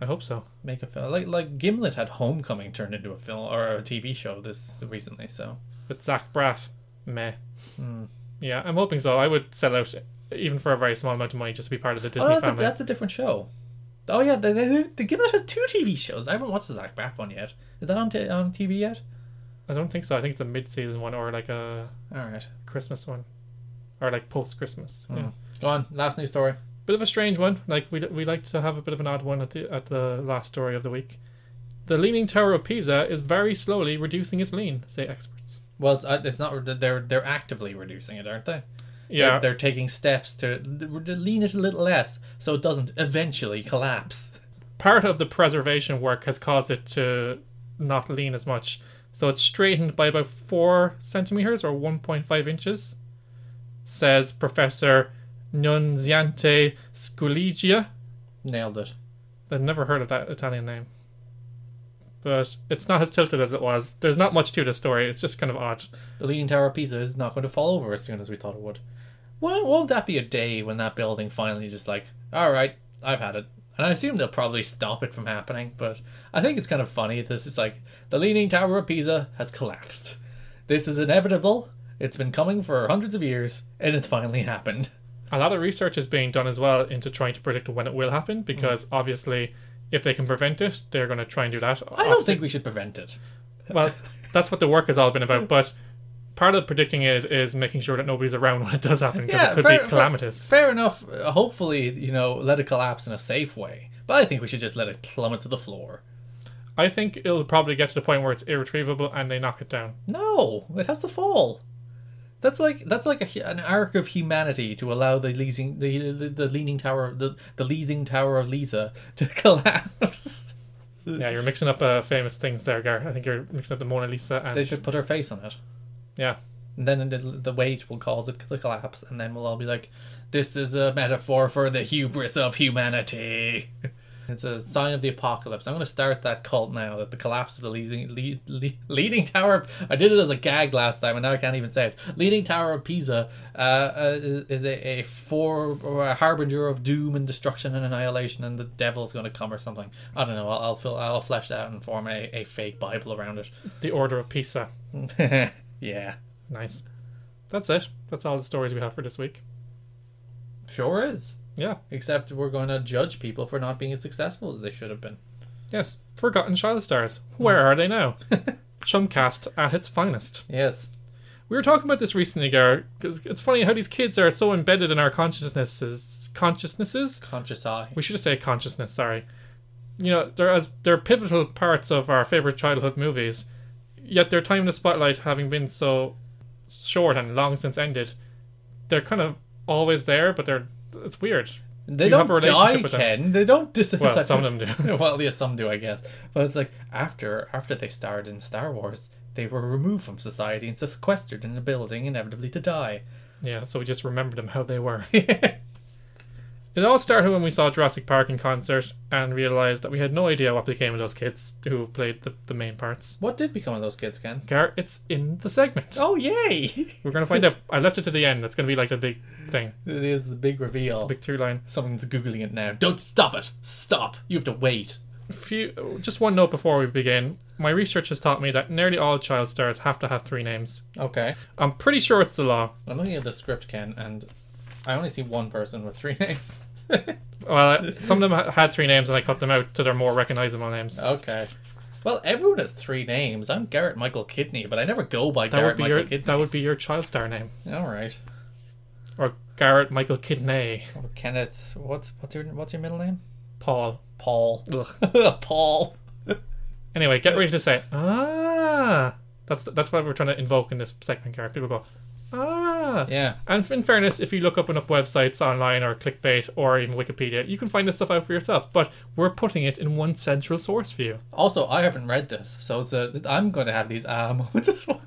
[SPEAKER 1] I hope so.
[SPEAKER 2] Make a film like like Gimlet had Homecoming turned into a film or a TV show this recently. So hmm.
[SPEAKER 1] But Zach Braff, meh. Yeah, I'm hoping so. I would sell out even for a very small amount of money just to be part of the Disney
[SPEAKER 2] oh, that's a,
[SPEAKER 1] family.
[SPEAKER 2] that's a different show. Oh yeah, the, the, the Gimlet has two TV shows. I haven't watched the Zach Braff one yet. Is that on t- on TV yet?
[SPEAKER 1] I don't think so. I think it's a mid-season one or like a
[SPEAKER 2] All right,
[SPEAKER 1] Christmas one, or like post-Christmas. Yeah.
[SPEAKER 2] go on. Last news story.
[SPEAKER 1] Bit of a strange one. Like we we like to have a bit of an odd one at the at the last story of the week. The Leaning Tower of Pisa is very slowly reducing its lean, say experts.
[SPEAKER 2] Well, it's, uh, it's not. They're they're actively reducing it, aren't they?
[SPEAKER 1] Yeah,
[SPEAKER 2] They're, they're taking steps to, to lean it a little less, so it doesn't eventually collapse.
[SPEAKER 1] part of the preservation work has caused it to not lean as much. So it's straightened by about four centimeters or 1.5 inches, says Professor Nunziante Sculigia.
[SPEAKER 2] Nailed it.
[SPEAKER 1] I've never heard of that Italian name. But it's not as tilted as it was. There's not much to the story. It's just kind of odd.
[SPEAKER 2] The Leaning Tower of Pisa is not going to fall over as soon as we thought it would. Well, won't that be a day when that building finally just like, all right, I've had it. And I assume they'll probably stop it from happening, but I think it's kind of funny. This is like the Leaning Tower of Pisa has collapsed. This is inevitable. It's been coming for hundreds of years, and it's finally happened.
[SPEAKER 1] A lot of research is being done as well into trying to predict when it will happen because
[SPEAKER 2] Mm.
[SPEAKER 1] obviously, if they can prevent it, they're going to try and do that.
[SPEAKER 2] I don't think we should prevent it.
[SPEAKER 1] Well, that's what the work has all been about. But part of predicting it is making sure that nobody's around when it does happen because it could be calamitous.
[SPEAKER 2] Fair, enough. Uh, Hopefully, you know, let it collapse in a safe way. But I think we should just let it plummet to the floor.
[SPEAKER 1] I think it'll probably get to the point where it's irretrievable and they knock it down.
[SPEAKER 2] No, it has to fall. That's like that's like a, hu- an arc of humanity to allow the leasing the the, the leaning tower the the leasing tower of Lisa to collapse.
[SPEAKER 1] Yeah, you're mixing up uh, famous things there, Gar. I think you're mixing up the Mona Lisa and
[SPEAKER 2] They should put her face on it,
[SPEAKER 1] yeah,
[SPEAKER 2] and then the, the weight will cause it to collapse, and then we'll all be like, "This is a metaphor for the hubris of humanity." It's a sign of the apocalypse. I'm going to start that cult now. That the collapse of the leasing, le, le, leading tower. I did it as a gag last time, and now I can't even say it. Leading tower of Pisa uh, uh, is, is a, a for or a harbinger of doom and destruction and annihilation, and the devil's going to come or something. I don't know. I'll I'll, fill, I'll flesh that out and form a, a fake Bible around
[SPEAKER 1] the Order of Pisa.
[SPEAKER 2] it. yeah,
[SPEAKER 1] Nice. That's it. That's all the stories we have for this week.
[SPEAKER 2] sure is.
[SPEAKER 1] Yeah.
[SPEAKER 2] Except we're going to judge people for not being as successful as they should have been.
[SPEAKER 1] Yes. Forgotten Child Stars. Where
[SPEAKER 2] Hmm.
[SPEAKER 1] are they now? Chumcast at its finest.
[SPEAKER 2] Yes.
[SPEAKER 1] We were talking about this recently, Gar, because it's funny how these kids are so embedded in our consciousnesses. Consciousnesses.
[SPEAKER 2] Conscious eye.
[SPEAKER 1] We should just say consciousness. Sorry. You know, they're as they're pivotal parts of our favorite childhood movies, yet their time in the spotlight, having been so short and long since ended, they're kind of always there, but they're it's weird.
[SPEAKER 2] They
[SPEAKER 1] You
[SPEAKER 2] don't
[SPEAKER 1] have a
[SPEAKER 2] die,
[SPEAKER 1] relationship with them.
[SPEAKER 2] Ken. They don't dis- it's
[SPEAKER 1] Well,
[SPEAKER 2] like-
[SPEAKER 1] some of them do.
[SPEAKER 2] well, yeah, some do, I guess. But it's like after after they starred in Star Wars, they were removed from society and sequestered in a building, inevitably to die.
[SPEAKER 1] Yeah, so we just remember them how they were. It all started when we saw Jurassic Park in concert and realized that we had no idea what became of those kids who played the, the main parts.
[SPEAKER 2] What did become of those kids, Ken?
[SPEAKER 1] Garrett, it's in the segment.
[SPEAKER 2] Oh, yay!
[SPEAKER 1] We're gonna find out. I left it to the end. That's gonna be like the big thing,
[SPEAKER 2] it is the big reveal.
[SPEAKER 1] big through line.
[SPEAKER 2] Someone's googling it now. Don't stop it. Stop. You have to wait.
[SPEAKER 1] Few, just one note before we begin. My research has taught me that nearly all child stars have to have three names.
[SPEAKER 2] Okay.
[SPEAKER 1] I'm pretty sure it's the law.
[SPEAKER 2] I'm looking at the script, Ken, and I only see one person with three names.
[SPEAKER 1] Well, some of them ha- had three names and I cut them out to their more recognizable names.
[SPEAKER 2] okay. Well, everyone has three names. I'm Garrett Michael Kidney, but I never go by
[SPEAKER 1] that would
[SPEAKER 2] Garrett
[SPEAKER 1] be
[SPEAKER 2] Michael
[SPEAKER 1] your
[SPEAKER 2] Kidney.
[SPEAKER 1] that would be your child star name
[SPEAKER 2] All right.
[SPEAKER 1] or Garrett Michael Kidney
[SPEAKER 2] Or Kenneth. What's what's your what's your middle name?
[SPEAKER 1] Paul.
[SPEAKER 2] Paul.
[SPEAKER 1] Ugh.
[SPEAKER 2] Paul.
[SPEAKER 1] Anyway, get ready to say ah. That's that's what we're trying to invoke in this segment, Garrett. People go ah.
[SPEAKER 2] Yeah.
[SPEAKER 1] And in fairness, if you look up enough websites online or clickbait or even Wikipedia, you can find this stuff out for yourself. But we're putting it in one central source for you.
[SPEAKER 2] Also, I haven't read this, so it's a, I'm going to have these ah moments as well.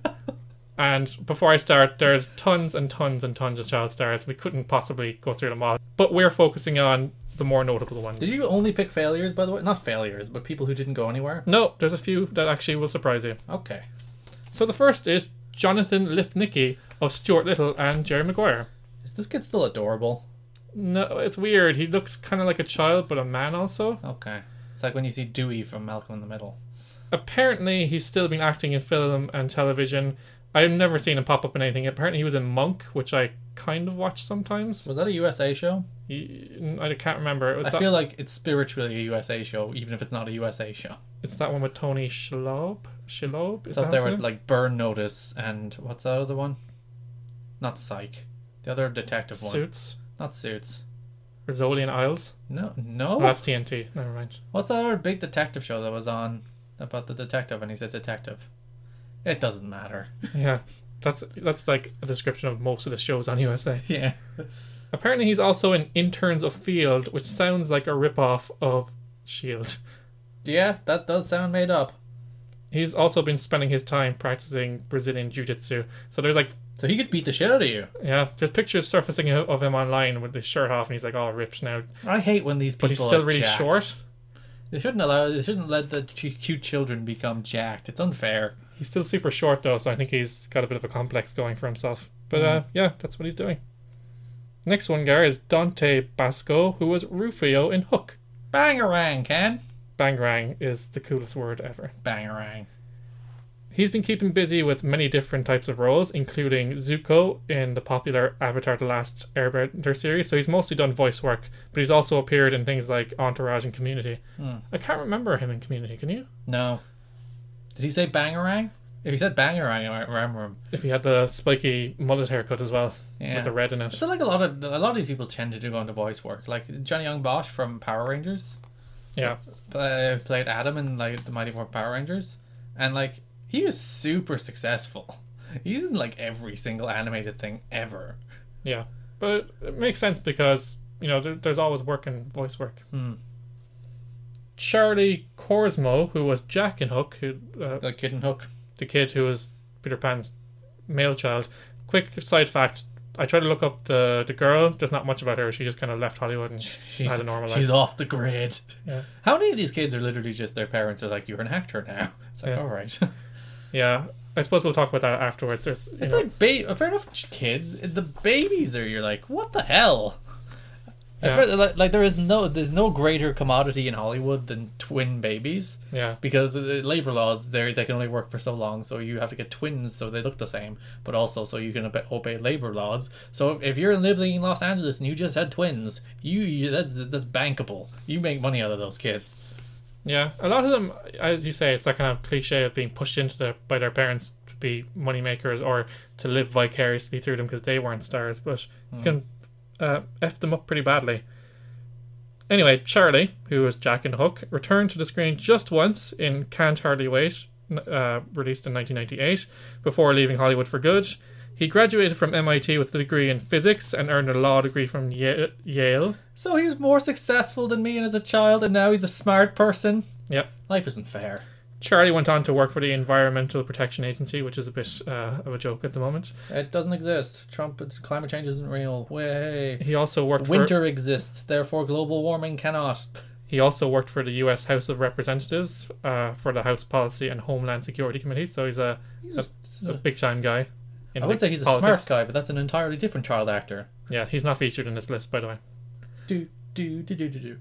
[SPEAKER 1] And before I start, there's tons and tons and tons of child stars. We couldn't possibly go through them all, but we're focusing on the more notable ones.
[SPEAKER 2] Did you only pick failures, by the way? Not failures, but people who didn't go anywhere.
[SPEAKER 1] No, there's a few that actually will surprise you.
[SPEAKER 2] Okay.
[SPEAKER 1] So the first is Jonathan Lipnicki of Stuart Little and Jerry Maguire.
[SPEAKER 2] Is this kid still adorable?
[SPEAKER 1] No, it's weird. He looks kind of like a child, but a man also.
[SPEAKER 2] Okay. It's like when you see Dewey from Malcolm in the Middle.
[SPEAKER 1] Apparently, he's still been acting in film and television. I've never seen him pop up in anything. Apparently, he was in Monk, which I kind of watch sometimes.
[SPEAKER 2] Was that a USA show?
[SPEAKER 1] He- I can't remember. It was
[SPEAKER 2] I
[SPEAKER 1] that,
[SPEAKER 2] feel like it's spiritually a USA show, even if it's not a USA show.
[SPEAKER 1] it's that one with Tony Shalhoub. Shalhoub is
[SPEAKER 2] It's up
[SPEAKER 1] that
[SPEAKER 2] there
[SPEAKER 1] his
[SPEAKER 2] with
[SPEAKER 1] name?
[SPEAKER 2] like Burn Notice and what's that other one? Not Psych. The other detective one.
[SPEAKER 1] Suits
[SPEAKER 2] Not Suits.
[SPEAKER 1] or Zolian Isles.
[SPEAKER 2] No, no.
[SPEAKER 1] Oh, that's TNT. Never mind.
[SPEAKER 2] What's that other big detective show that was on about the detective and he's a detective? It doesn't matter.
[SPEAKER 1] Yeah, that's that's like a description of most of the shows on USA.
[SPEAKER 2] Yeah.
[SPEAKER 1] Apparently, he's also in Interns of Field, which sounds like a ripoff of Shield.
[SPEAKER 2] Yeah, that does sound made up.
[SPEAKER 1] He's also been spending his time practicing Brazilian Jiu Jitsu. So there's like,
[SPEAKER 2] So he could beat the shit out of you.
[SPEAKER 1] yeah, there's pictures surfacing of of him online with his shirt off, and he's like, all ripped now.
[SPEAKER 2] I hate when these people.
[SPEAKER 1] But he's
[SPEAKER 2] are
[SPEAKER 1] still really
[SPEAKER 2] jacked.
[SPEAKER 1] short.
[SPEAKER 2] They shouldn't allow. They shouldn't let the ch- cute children become jacked. It's unfair.
[SPEAKER 1] He's still super short, though, so I think he's got a bit of a complex going for himself. But uh,
[SPEAKER 2] Mm-hmm.
[SPEAKER 1] yeah, that's what he's doing. Next one, Gar, is Dante Basco, who was Rufio in Hook.
[SPEAKER 2] Bangarang, Ken.
[SPEAKER 1] Bangarang is the coolest word ever.
[SPEAKER 2] Bangarang.
[SPEAKER 1] He's been keeping busy with many different types of roles, including Zuko in the popular Avatar The Last Airbender series. So he's mostly done voice work, but he's also appeared in things like Entourage and Community.
[SPEAKER 2] Hmm.
[SPEAKER 1] I can't remember him in Community, can you?
[SPEAKER 2] No. Did he say bangarang? If he said bangarang, I might remember him.
[SPEAKER 1] If he had the spiky mullet haircut as well,
[SPEAKER 2] Yeah.
[SPEAKER 1] with the red in it.
[SPEAKER 2] So like a lot of a lot of these people tend to do go into voice work. Like Johnny Young Bosch from Power Rangers
[SPEAKER 1] Yeah.
[SPEAKER 2] uh, played Adam in like the Mighty Morphin Power Rangers, and like he was super successful. He's in like every single animated thing ever.
[SPEAKER 1] Yeah, but it makes sense because you know there, there's always work and voice work.
[SPEAKER 2] Hmm.
[SPEAKER 1] Charlie Corsmo, who was Jack in Hook, who uh,
[SPEAKER 2] The Kid and Hook.
[SPEAKER 1] the kid who was Peter Pan's male child. Quick side fact: I tried to look up the the girl. There's not much about her. She just kind of left Hollywood and
[SPEAKER 2] She's
[SPEAKER 1] had a normal
[SPEAKER 2] she's
[SPEAKER 1] life.
[SPEAKER 2] off the grid.
[SPEAKER 1] Yeah.
[SPEAKER 2] How many of these kids are literally just their parents are like, "You're an actor now." It's like,
[SPEAKER 1] Yeah.
[SPEAKER 2] all right.
[SPEAKER 1] Yeah, I suppose we'll talk about that afterwards. There's, you
[SPEAKER 2] It's
[SPEAKER 1] know,
[SPEAKER 2] like ba- fair enough, ch- kids. The babies are you're like, what the hell?
[SPEAKER 1] Yeah.
[SPEAKER 2] Especially, like, like there is no there's no greater commodity in Hollywood than twin babies
[SPEAKER 1] yeah,
[SPEAKER 2] because uh, labor laws they they can only work for so long, so you have to get twins so they look the same, but also so you can obe- obey labor laws. So if, if you're living in Los Angeles and you just had twins, you, you that's that's bankable. You make money out of those kids.
[SPEAKER 1] yeah. A lot of them, as you say, it's that kind of cliche of being pushed into their by their parents to be moneymakers or to live vicariously through them because they weren't stars, but you can uh, f them up pretty badly. Anyway, Charlie, who was Jack and Hook, returned to the screen just once in Can't Hardly Wait, n- uh, released in 1998, before leaving Hollywood for good. He graduated from MIT with a degree in physics and earned a law degree from Ye- Yale.
[SPEAKER 2] So he was more successful than me as a child, and now he's a smart person.
[SPEAKER 1] Yep.
[SPEAKER 2] Life isn't fair.
[SPEAKER 1] Charlie went on to work for the Environmental Protection Agency, which is a bit uh, of a joke at the moment.
[SPEAKER 2] It doesn't exist. Trump, it's- climate change isn't real. Way.
[SPEAKER 1] He also worked for
[SPEAKER 2] Winter exists, therefore global warming cannot.
[SPEAKER 1] he also worked for the U.S. House of Representatives uh, for the House Policy and Homeland Security Committee. So he's a a big time guy. In
[SPEAKER 2] uh, I would
[SPEAKER 1] the
[SPEAKER 2] say he's a
[SPEAKER 1] politics.
[SPEAKER 2] smart guy, but that's an entirely different child actor.
[SPEAKER 1] Yeah, he's not featured in this list, by the way.
[SPEAKER 2] Do do do do do do.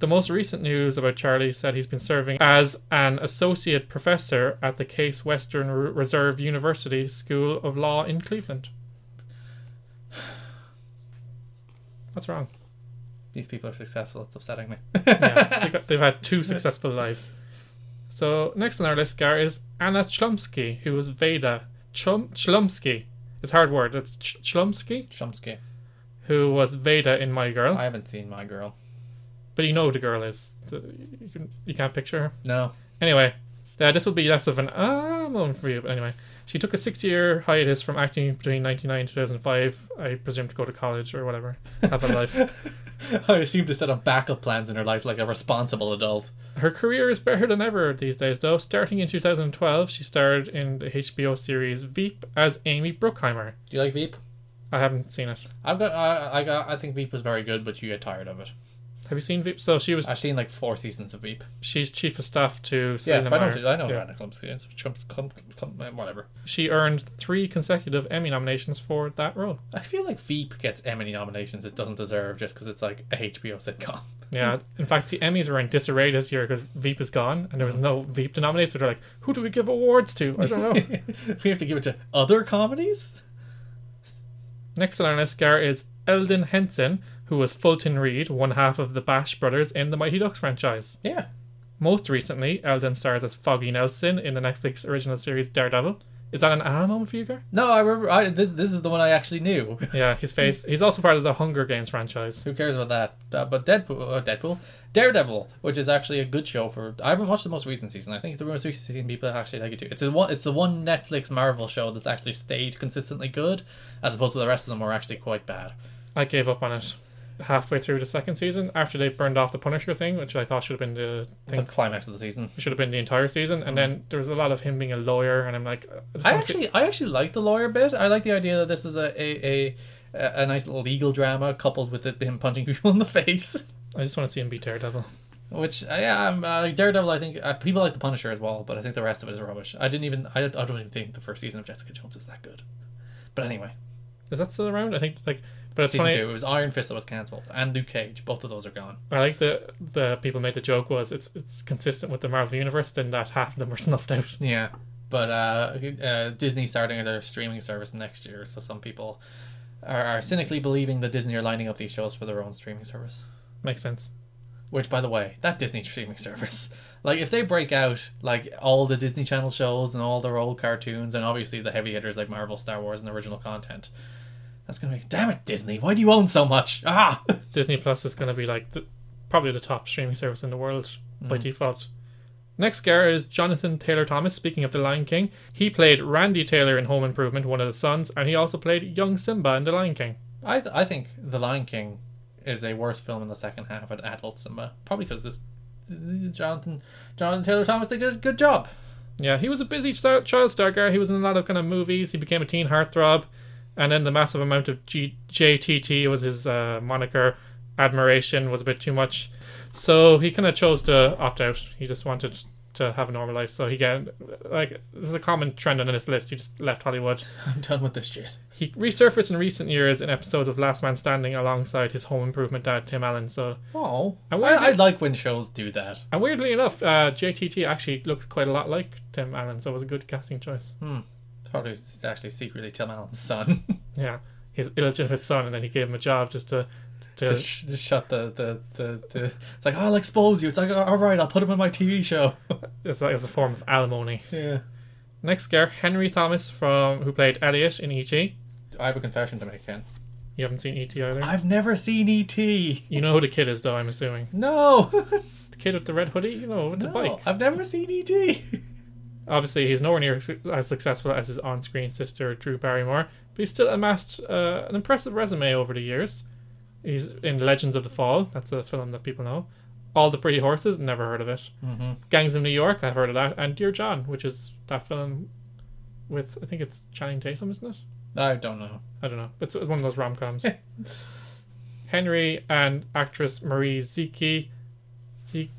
[SPEAKER 1] The most recent news about Charlie said he's been serving as an associate professor at the Case Western R- Reserve University School of Law in Cleveland. What's wrong?
[SPEAKER 2] These people are successful. It's upsetting me.
[SPEAKER 1] Yeah, they got, they've had two successful lives. So next on our list, Gar, is Anna Chlumsky, who was Veda Chum, Chlumsky. It's a hard word. It's Ch- Chlumsky,
[SPEAKER 2] Chomsky.
[SPEAKER 1] who was Veda in My Girl.
[SPEAKER 2] I haven't seen my girl. but
[SPEAKER 1] But you know who the girl is. The- You, can, you can't picture her.
[SPEAKER 2] No.
[SPEAKER 1] Anyway, uh, this will be less of an ah moment for you. But anyway, she took a six-year hiatus from acting between 1999 and 2005. I presume to go to college or whatever, have a life.
[SPEAKER 2] I assumed to set up backup plans in her life like a responsible adult.
[SPEAKER 1] Her career is better than ever these days, though. Starting in 2012, she starred in the HBO series Veep as Amy Bruckheimer.
[SPEAKER 2] Do you like Veep?
[SPEAKER 1] I haven't seen it.
[SPEAKER 2] I've got. I, I got. I think Veep was very good, but you get tired of it.
[SPEAKER 1] Have you seen Veep? So she was
[SPEAKER 2] I've seen like four seasons of Veep.
[SPEAKER 1] she's chief of staff to
[SPEAKER 2] Yeah,
[SPEAKER 1] Selena
[SPEAKER 2] but I
[SPEAKER 1] Meyer.
[SPEAKER 2] know. I know
[SPEAKER 1] Yeah.
[SPEAKER 2] Anna Chlumsky. It's Chomps- Clum- Clum- whatever.
[SPEAKER 1] She earned three consecutive Emmy nominations for that role.
[SPEAKER 2] I feel like Veep gets Emmy nominations it doesn't deserve just because it's like a HBO sitcom.
[SPEAKER 1] Yeah,
[SPEAKER 2] Hmm.
[SPEAKER 1] in fact, the Emmys were in disarray this year because Veep is gone and there was no Veep to nominate. So they're like, who do we give awards to? I don't know.
[SPEAKER 2] we have to give it to other comedies.
[SPEAKER 1] Next on our list, Gar, is Eldon Henson, who was Fulton Reed, one half of the Bash brothers in the Mighty Ducks franchise.
[SPEAKER 2] Yeah,
[SPEAKER 1] Most recently, Eldon stars as Foggy Nelson in the Netflix original series Daredevil. Is that an ah moment for you, Gar?
[SPEAKER 2] no, I remember. I, this this is the one I actually knew.
[SPEAKER 1] Yeah,
[SPEAKER 2] Hmm.
[SPEAKER 1] his face. He's also part of the Hunger Games franchise.
[SPEAKER 2] Who cares about that? Uh, but Deadpool, uh, Deadpool, Daredevil, which is actually a good show for. I haven't watched the most recent season. I think the most recent season people actually like it too. It's the one. It's the one Netflix Marvel show that's actually stayed consistently good, as opposed to the rest of them were actually quite bad.
[SPEAKER 1] I gave up on it halfway through the second season after they burned off the Punisher thing, which I thought should have been the thing
[SPEAKER 2] The climax of the season.
[SPEAKER 1] It should have been the entire season. And then there was a lot of him being a lawyer, and I'm like, uh, I just
[SPEAKER 2] Hmm. I
[SPEAKER 1] wanna see-
[SPEAKER 2] actually, I actually like the lawyer bit. I like the idea that this is a a, a, a nice little legal drama coupled with it, him punching people in the face.
[SPEAKER 1] I just want to see him be Daredevil.
[SPEAKER 2] Which uh, yeah, um, uh, Daredevil. I think uh, people like the Punisher as well, but I think the rest of it is rubbish. I didn't even. I, I don't even think the first season of Jessica Jones is that good. But anyway,
[SPEAKER 1] Is that still around? I think like, but it's
[SPEAKER 2] season
[SPEAKER 1] funny.
[SPEAKER 2] two it was Iron Fist that was cancelled, and Luke Cage. Both of those are gone.
[SPEAKER 1] I like the the people made the joke was it's it's consistent with the Marvel universe. Then that half of them were snuffed out.
[SPEAKER 2] Yeah. But uh, uh, Disney starting their streaming service next year, so some people are, are cynically believing that Disney are lining up these shows for their own streaming service.
[SPEAKER 1] Makes sense.
[SPEAKER 2] Which, by the way, that Disney streaming service, like if they break out like all the Disney Channel shows and all their old cartoons and obviously the heavy hitters like Marvel, Star Wars, and original content, that's gonna make damn it Disney. Why do you own so much? Ah,
[SPEAKER 1] Disney Plus is going to be like the, probably the top streaming service in the world by default. Next, Gar is Jonathan Taylor Thomas. Speaking of the Lion King, he played Randy Taylor in Home Improvement, one of the sons, and he also played young Simba in The Lion King.
[SPEAKER 2] I th- I think The Lion King is a worse film in the second half at adult cinema, probably because this Jonathan Jonathan Taylor Thomas did a good, good job.
[SPEAKER 1] Yeah, he was a busy star- child star guy. He was in a lot of kind of movies. He became a teen heartthrob, and then the massive amount of G- JTT was his uh, moniker. Admiration was a bit too much, so he kind of chose to opt out. He just wanted to have a normal life. So he got like this is a common trend on this list. He just left Hollywood.
[SPEAKER 2] I'm done with this shit.
[SPEAKER 1] He resurfaced in recent years in episodes of Last Man Standing alongside his Home Improvement dad Tim Allen. So
[SPEAKER 2] Oh, I,
[SPEAKER 1] I wonder-
[SPEAKER 2] I like when shows do that.
[SPEAKER 1] and weirdly enough, uh, JTT actually looks quite a lot like Tim Allen. So it was a good casting choice.
[SPEAKER 2] Probably it's actually secretly Tim Allen's son.
[SPEAKER 1] Yeah, his illegitimate son, and then he gave him a job just to to,
[SPEAKER 2] to, sh- to shut the, the, the, the it's like i'll expose you it's like all right i'll put him in my tv show
[SPEAKER 1] it's like as a form of alimony.
[SPEAKER 2] yeah
[SPEAKER 1] Next scare, Henry Thomas from who played Elliot in E.T. You
[SPEAKER 2] i have a confession to make ken
[SPEAKER 1] haven't seen E.T. either.
[SPEAKER 2] i've never seen et
[SPEAKER 1] You know who the kid is, though. I'm assuming
[SPEAKER 2] no
[SPEAKER 1] the kid with the red hoodie. You know, with the
[SPEAKER 2] no
[SPEAKER 1] bike.
[SPEAKER 2] i've never seen E et
[SPEAKER 1] Obviously, he's nowhere near su- as successful as his on-screen sister Drew Barrymore, but he's still amassed uh, an impressive resume over the years. He's in Legends of the Fall. That's a film that people know. All the Pretty Horses, never heard of it.
[SPEAKER 2] Mm-hmm.
[SPEAKER 1] Gangs of New York, I've heard of that. And Dear John, which is that film with, I think it's Channing Tatum, isn't it?
[SPEAKER 2] I don't know.
[SPEAKER 1] I don't know. It's, it's one of those rom coms. Henry and actress Marie Ziki, Ziki,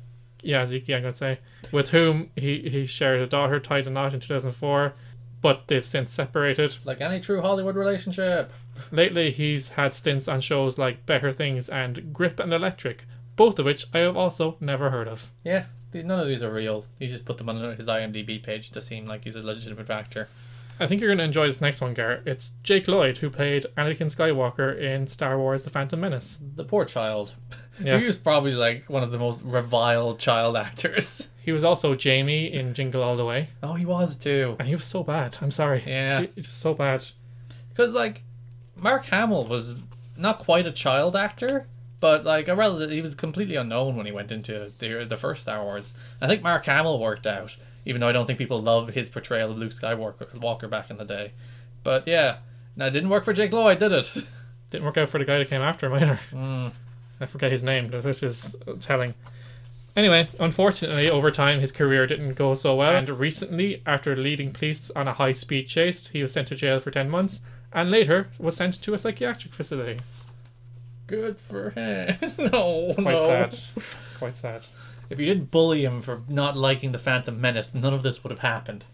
[SPEAKER 1] yeah Ziki, I'm gonna say, with whom he he shared a daughter, tied a knot in 2004, but they've since separated.
[SPEAKER 2] Like any true Hollywood relationship.
[SPEAKER 1] Lately, he's had stints on shows like Better Things and Grip and Electric, both of which I have also never heard of.
[SPEAKER 2] Yeah, th- none of these are real. He just put them on his IMDb page to seem like he's a legitimate actor.
[SPEAKER 1] I think you're gonna enjoy this next one, Garrett. It's Jake Lloyd who played Anakin Skywalker in Star Wars: The Phantom Menace.
[SPEAKER 2] The poor child.
[SPEAKER 1] Yeah.
[SPEAKER 2] He was probably like one of the most reviled child actors.
[SPEAKER 1] He was also Jamie in Jingle All the Way,
[SPEAKER 2] Oh, he was too.
[SPEAKER 1] and he was so bad. I'm sorry.
[SPEAKER 2] Yeah.
[SPEAKER 1] He- he's just so bad.
[SPEAKER 2] Because like, Mark Hamill was not quite a child actor, but like a relative, he was completely unknown when he went into the the first Star Wars. I think Mark Hamill worked out, even though I don't think people love his portrayal of Luke Skywalker Walker back in the day. But yeah, now it didn't work for Jake Lloyd, did it?
[SPEAKER 1] Didn't work out for the guy that came after him either.
[SPEAKER 2] Mm.
[SPEAKER 1] I forget his name, but this is telling. Anyway, unfortunately, over time, his career didn't go so well, and recently, after leading police on a high speed chase, he was sent to jail for 10 months and later was sent to a psychiatric facility.
[SPEAKER 2] Good for him. no,
[SPEAKER 1] Quite
[SPEAKER 2] no.
[SPEAKER 1] sad. Quite sad.
[SPEAKER 2] If you didn't bully him for not liking the Phantom Menace, none of this would have happened.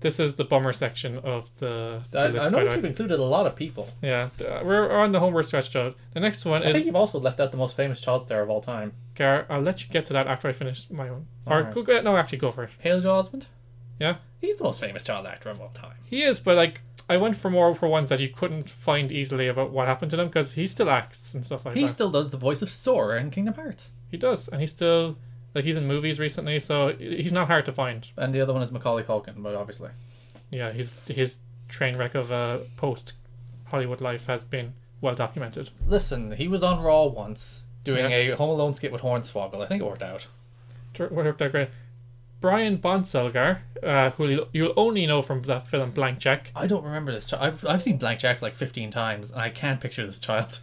[SPEAKER 1] This is the bummer section of the, the
[SPEAKER 2] I,
[SPEAKER 1] list, by
[SPEAKER 2] I noticed
[SPEAKER 1] the
[SPEAKER 2] you've
[SPEAKER 1] way.
[SPEAKER 2] included a lot of people.
[SPEAKER 1] Yeah, th- uh, we're on the homeward stretch, Joe. The next one
[SPEAKER 2] I think
[SPEAKER 1] is.
[SPEAKER 2] you've also left out the most famous child star of all time,
[SPEAKER 1] Gar, I'll let you get to that after I finish my one. Or,
[SPEAKER 2] Alright.
[SPEAKER 1] go, go- no, actually, go for it.
[SPEAKER 2] Haley Joel Osment.
[SPEAKER 1] Yeah?
[SPEAKER 2] He's the most famous child actor of all time.
[SPEAKER 1] He is, but like I went for more for ones that you couldn't find easily about what happened to them because he still acts and stuff like
[SPEAKER 2] He
[SPEAKER 1] that.
[SPEAKER 2] still does the voice of Sora in Kingdom Hearts.
[SPEAKER 1] he does, and he's still like he's in movies recently, so he's not hard to find.
[SPEAKER 2] And the other one is Macaulay Culkin, but obviously.
[SPEAKER 1] Yeah, his his train wreck of uh, post Hollywood life has been well documented.
[SPEAKER 2] Listen, he was on Raw once doing a Home Alone skit with Hornswoggle. I think it worked out.
[SPEAKER 1] Tur- worked out great. Brian Bonselgar, uh, who you'll- you'll only know from the film Blank Check,
[SPEAKER 2] I don't remember this child. I've, I've seen Blank Jack like 15 times, and I can't picture this child.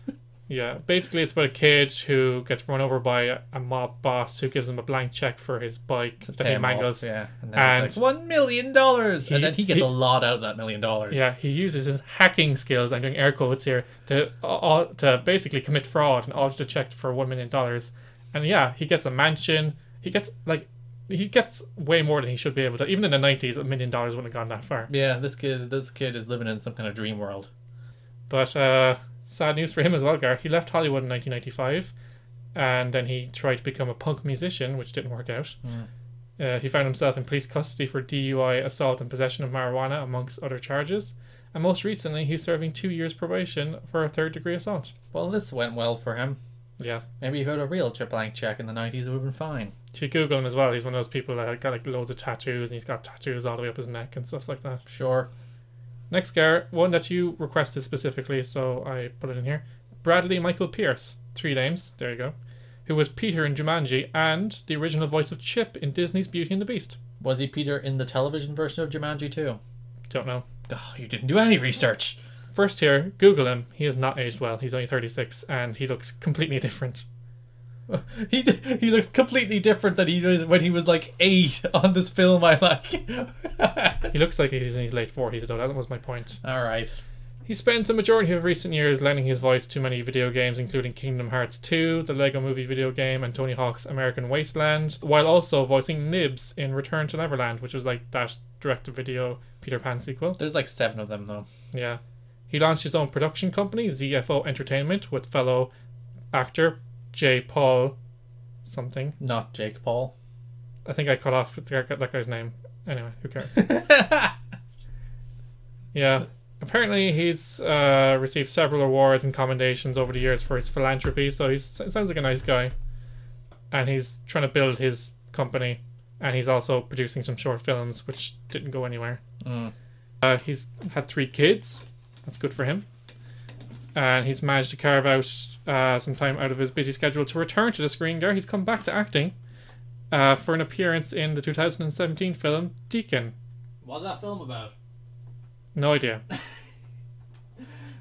[SPEAKER 1] Yeah, basically, it's about a kid who gets run over by a- a mob boss who gives him a blank check for his bike that
[SPEAKER 2] Pay
[SPEAKER 1] he
[SPEAKER 2] him off,
[SPEAKER 1] mangles.
[SPEAKER 2] Yeah. And then and
[SPEAKER 1] And-
[SPEAKER 2] like, one million dollars!
[SPEAKER 1] He-
[SPEAKER 2] And then he gets
[SPEAKER 1] he-
[SPEAKER 2] a lot out of that million dollars.
[SPEAKER 1] Yeah, he uses his hacking skills. I'm doing air quotes here to all, to basically commit fraud and alter the check for one million dollars. And yeah, he gets a mansion. He gets like he gets way more than he should be able to. Even in the nineties, a million dollars wouldn't have gone that far.
[SPEAKER 2] Yeah, this kid this kid is living in some kind of dream world.
[SPEAKER 1] But uh, sad news for him as well, Gar. He left Hollywood in 1995, and then he tried to become a punk musician, which didn't work out. Uh, he found himself in police custody for DUI, assault, and possession of marijuana, amongst other charges. And most recently, he's serving two years probation for a third degree assault.
[SPEAKER 2] Well, this went well for him.
[SPEAKER 1] Yeah.
[SPEAKER 2] Maybe if he had a real Chip Blank Jack in the 90s, it would have been fine.
[SPEAKER 1] You should Google him as well. He's one of those people that got like loads of tattoos, and he's got tattoos all the way up his neck and stuff like that.
[SPEAKER 2] Sure.
[SPEAKER 1] Next, Gar, one that you requested specifically, so I put it in here. Bradley Michael Pierce, three names, there you go, who was Peter in Jumanji and the original voice of Chip in Disney's Beauty and the Beast.
[SPEAKER 2] Was he Peter in the television version of Jumanji too?
[SPEAKER 1] Don't know.
[SPEAKER 2] Oh, you didn't do any research.
[SPEAKER 1] First here, Google him. He has not aged well. He's only 36 and he looks completely different.
[SPEAKER 2] He d- he looks completely different than he was when he was like eight on this film. I like.
[SPEAKER 1] He looks like he's in his late 40s, though. That was my point.
[SPEAKER 2] All right.
[SPEAKER 1] He spent the majority of recent years lending his voice to many video games, including Kingdom Hearts 2, the Lego Movie video game, and Tony Hawk's American Wasteland, while also voicing Nibs in Return to Neverland, which was like that direct-to-video Peter Pan sequel.
[SPEAKER 2] There's like seven of them though.
[SPEAKER 1] Yeah, he launched his own production company, ZFO Entertainment, with fellow actor J. Paul something.
[SPEAKER 2] Not Jake Paul.
[SPEAKER 1] I think I cut off with that guy- that guy's name. Anyway, who cares? Yeah. Apparently, he's uh, received several awards and commendations over the years for his philanthropy, so he sounds like a nice guy. And he's trying to build his company, and he's also producing some short films, which didn't go anywhere.
[SPEAKER 2] Mm.
[SPEAKER 1] Uh, he's had three kids, that's good for him. And he's managed to carve out uh, some time out of his busy schedule to return to the screen there. He's come back to acting uh, for an appearance in the 2017 film Deacon.
[SPEAKER 3] What's that film about?
[SPEAKER 1] No idea.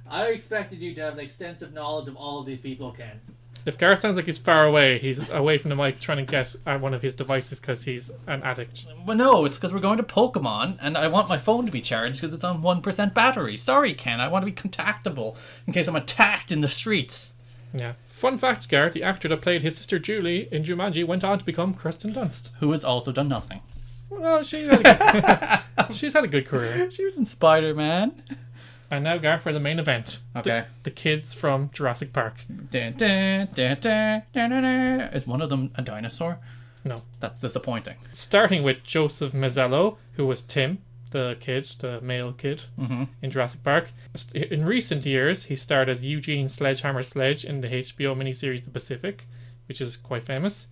[SPEAKER 3] I expected you to have an extensive knowledge of all of these people, Ken.
[SPEAKER 1] If Gareth sounds like he's far away, he's away from the mic trying to get at one of his devices because he's an addict.
[SPEAKER 2] Well, no, it's because we're going to Pokemon, and I want my phone to be charged because it's on one percent battery. Sorry, Ken. I want to be contactable in case I'm attacked in the streets.
[SPEAKER 1] Yeah. Fun fact, Gareth, the actor that played his sister Julie in Jumanji went on to become Kirsten Dunst.
[SPEAKER 2] Who has also done nothing.
[SPEAKER 1] Well, she had a good, she's had a good career.
[SPEAKER 2] She was in Spider Man.
[SPEAKER 1] And now, Gareth, for the main event. The-
[SPEAKER 2] Okay.
[SPEAKER 1] The, kids from Jurassic Park.
[SPEAKER 2] Dun, dun, dun, dun, dun, dun, dun. Is one of them a dinosaur?
[SPEAKER 1] No.
[SPEAKER 2] That's disappointing.
[SPEAKER 1] Starting with Joseph Mazzello, who was Tim, the kid, the male kid in Jurassic Park. In recent years, he starred as Eugene Sledgehammer Sledge in the HBO miniseries The Pacific, which is quite famous.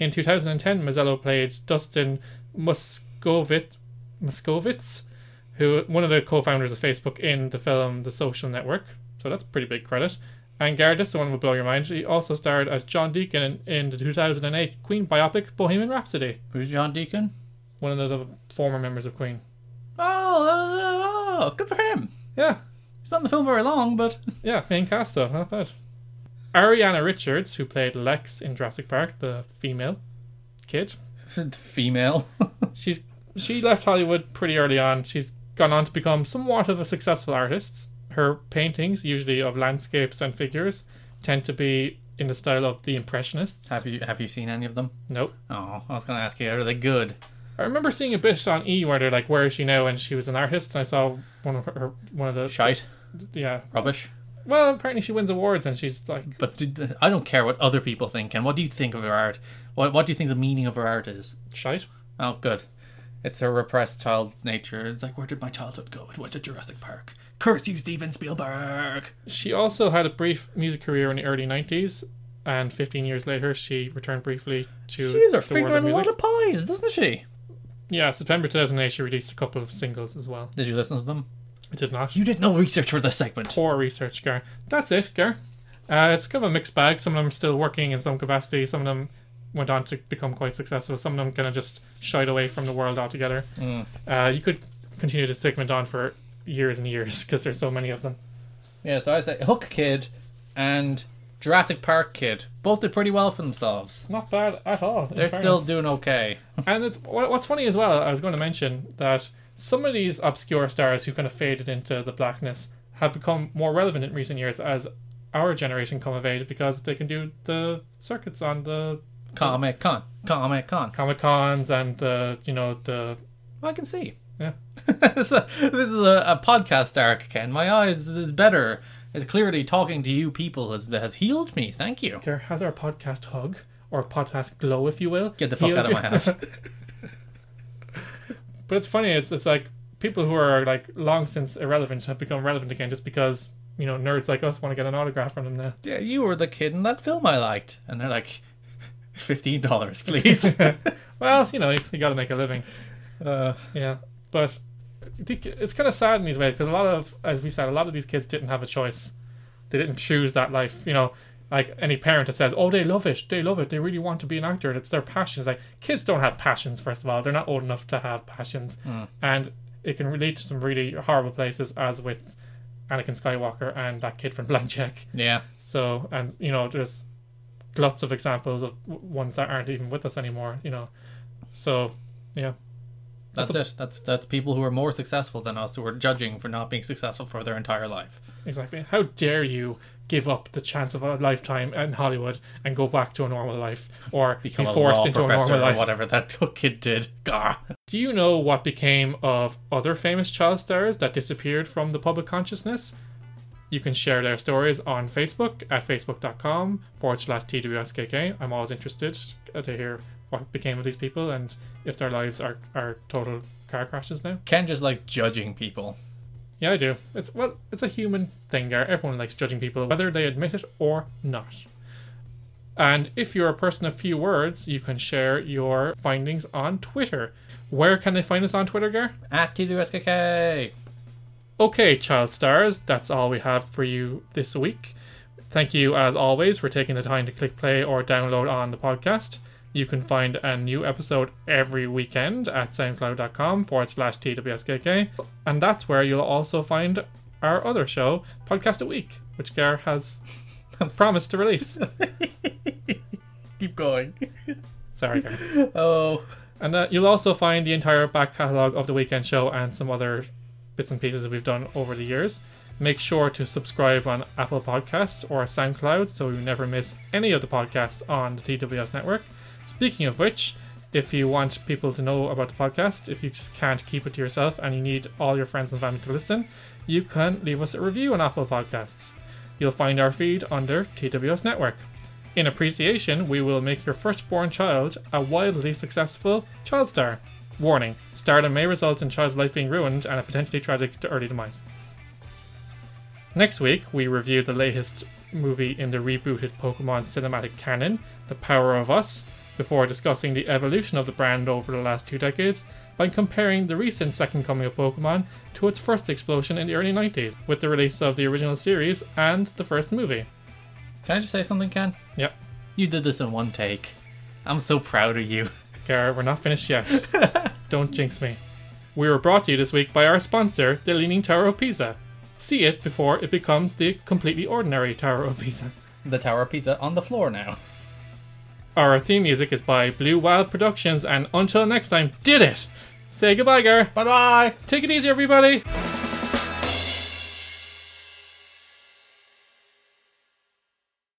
[SPEAKER 1] In 2010, Mazzello played Dustin Moskovitz, Moskovitz who one of the co-founders of Facebook in the film The Social Network. So that's a pretty big credit. And Gareth, this one will blow your mind. He also starred as John Deacon in, in the 2008 Queen biopic Bohemian Rhapsody,
[SPEAKER 2] Who's John Deacon?
[SPEAKER 1] one of the former members of Queen.
[SPEAKER 2] Oh, oh, oh, good for him.
[SPEAKER 1] Yeah,
[SPEAKER 2] He's not in the film very long, but
[SPEAKER 1] yeah, main cast though, not bad. Ariana Richards, who played Lex in Jurassic Park, the female kid,
[SPEAKER 2] female.
[SPEAKER 1] she's she left Hollywood pretty early on. She's gone on to become somewhat of a successful artist. Her paintings, usually of landscapes and figures, tend to be in the style of the Impressionists.
[SPEAKER 2] have you have you seen any of them?
[SPEAKER 1] Nope.
[SPEAKER 2] Oh, I was gonna ask you, are they good?
[SPEAKER 1] I remember seeing a bit on E where they're like, "Where is she now?" and she was an artist. And I saw one of her one of the
[SPEAKER 2] Shite,
[SPEAKER 1] yeah.
[SPEAKER 2] rubbish.
[SPEAKER 1] Well, apparently she wins awards and she's like
[SPEAKER 2] But did, I don't care what other people think. And what do you think of her art? What what do you think the meaning of her art is?
[SPEAKER 1] shite.
[SPEAKER 2] Oh, good. It's her repressed child nature. It's like, where did my childhood go? It went to Jurassic Park. Curse you, Steven Spielberg.
[SPEAKER 1] She also had a brief music career in the early '90s, and 15 years later, she returned briefly to
[SPEAKER 2] She's
[SPEAKER 1] the
[SPEAKER 2] her
[SPEAKER 1] world
[SPEAKER 2] finger
[SPEAKER 1] of
[SPEAKER 2] in a
[SPEAKER 1] music.
[SPEAKER 2] lot of pies, doesn't she?
[SPEAKER 1] Yeah, September 2008, she released a couple of singles as well.
[SPEAKER 2] Did you listen to them?
[SPEAKER 1] I did not.
[SPEAKER 2] You did no research for this segment.
[SPEAKER 1] Poor research, Gar. That's it, Gar. Uh, it's kind of a mixed bag. Some of them still working in some capacity. Some of them went on to become quite successful. Some of them kind of just shied away from the world altogether.
[SPEAKER 2] Mm.
[SPEAKER 1] Uh, you could continue this segment on for years and years because there's so many of them.
[SPEAKER 2] Yeah, so I say Hook Kid and Jurassic Park Kid both did pretty well for themselves.
[SPEAKER 1] Not bad at all. in
[SPEAKER 2] They're
[SPEAKER 1] fairness.
[SPEAKER 2] still doing okay.
[SPEAKER 1] And it's what- what's funny as well. I was going to mention that some of these obscure stars who kind of faded into the blackness have become more relevant in recent years as our generation come of age because they can do the circuits on the
[SPEAKER 2] Comic Con, Comic Con.
[SPEAKER 1] comic cons and the you know the
[SPEAKER 2] I can see.
[SPEAKER 1] yeah
[SPEAKER 2] this, this is a, a podcast arc, Ken. My eyes is better. It's clearly talking to you people has has healed me. Thank you.
[SPEAKER 1] here has our podcast hug or podcast glow if you will
[SPEAKER 2] Get the fuck
[SPEAKER 1] Healed
[SPEAKER 2] out of
[SPEAKER 1] you-
[SPEAKER 2] my house.
[SPEAKER 1] but it's funny it's it's like people who are like long since irrelevant have become relevant again just because you know nerds like us want to get an autograph from them now
[SPEAKER 2] yeah, you were the kid in that film I liked, and they're like, fifteen dollars, please.
[SPEAKER 1] well you know you, you got to make a living
[SPEAKER 2] uh,
[SPEAKER 1] Yeah, but I think it's kind of sad in these ways because a lot of, as we said, a lot of these kids didn't have a choice. They didn't choose that life. You know, like any parent that says, "Oh, they love it. They love it. They really want to be an actor. It's their passion." It's like kids don't have passions. First of all, they're not old enough to have passions, and it can lead to some really horrible places, as with Anakin Skywalker and that kid from Blank Check.
[SPEAKER 2] yeah.
[SPEAKER 1] So, and you know, there's lots of examples of w- ones that aren't even with us anymore. You know, so yeah.
[SPEAKER 2] That's it. That's that's people who are more successful than us who are judging for not being successful for their entire life.
[SPEAKER 1] Exactly. How dare you give up the chance of a lifetime in Hollywood and go back to a normal life or
[SPEAKER 2] Become
[SPEAKER 1] be
[SPEAKER 2] a
[SPEAKER 1] forced
[SPEAKER 2] law
[SPEAKER 1] into a
[SPEAKER 2] professor
[SPEAKER 1] normal
[SPEAKER 2] or
[SPEAKER 1] life?
[SPEAKER 2] whatever that kid did. Gah.
[SPEAKER 1] Do you know what became of other famous child stars that disappeared from the public consciousness? You can share their stories on Facebook at facebook.com forward slash TWSKK. I'm always interested to hear what became of these people and if their lives are, are total car crashes now.
[SPEAKER 2] Ken just likes judging people.
[SPEAKER 1] Yeah, I do. It's well, it's a human thing. Gar. Everyone likes judging people, whether they admit it or not. And if you're a person of few words, you can share your findings on Twitter. Where can they find us on Twitter, Gar?
[SPEAKER 2] At TWSKK.
[SPEAKER 1] Okay, child stars, that's all we have for you this week. Thank you, as always, for taking the time to click play or download on the podcast. You can find a new episode every weekend at soundcloud.com forward slash TWSKK. And that's where you'll also find our other show, Podcast a Week, which Gar has
[SPEAKER 2] I'm sorry.
[SPEAKER 1] promised to release.
[SPEAKER 2] Keep going.
[SPEAKER 1] Sorry. Gary.
[SPEAKER 2] Oh,
[SPEAKER 1] And uh, you'll also find the entire back catalogue of The Weekend Show and some other bits and pieces that we've done over the years. Make sure to subscribe on Apple Podcasts or SoundCloud so you never miss any of the podcasts on the TWS network. Speaking of which, if you want people to know about the podcast, if you just can't keep it to yourself and you need all your friends and family to listen, you can leave us a review on Apple Podcasts. You'll find our feed under TWS Network. In appreciation, we will make your firstborn child a wildly successful child star. Warning: Stardom may result in child's life being ruined and a potentially tragic to early demise. Next week, we review the latest movie in the rebooted Pokemon cinematic canon, The Power of Us, before discussing the evolution of the brand over the last two decades by comparing the recent second coming of Pokemon to its first explosion in the early 90s with the release of the original series and the first movie.
[SPEAKER 2] can I just say something, Ken?
[SPEAKER 1] Yep,
[SPEAKER 2] You did this in one take. I'm so proud of you.
[SPEAKER 1] Garrett, we're not finished yet. Don't jinx me. We were brought to you this week by our sponsor, the Leaning Tower of Pisa. See it before it becomes the completely ordinary Tower of Pisa.
[SPEAKER 2] The Tower of Pizza on the floor now.
[SPEAKER 1] Our theme music is by Blue Wild Productions, and until next time, did it! Say goodbye, Gar.
[SPEAKER 2] Bye bye.
[SPEAKER 1] Take it easy, everybody.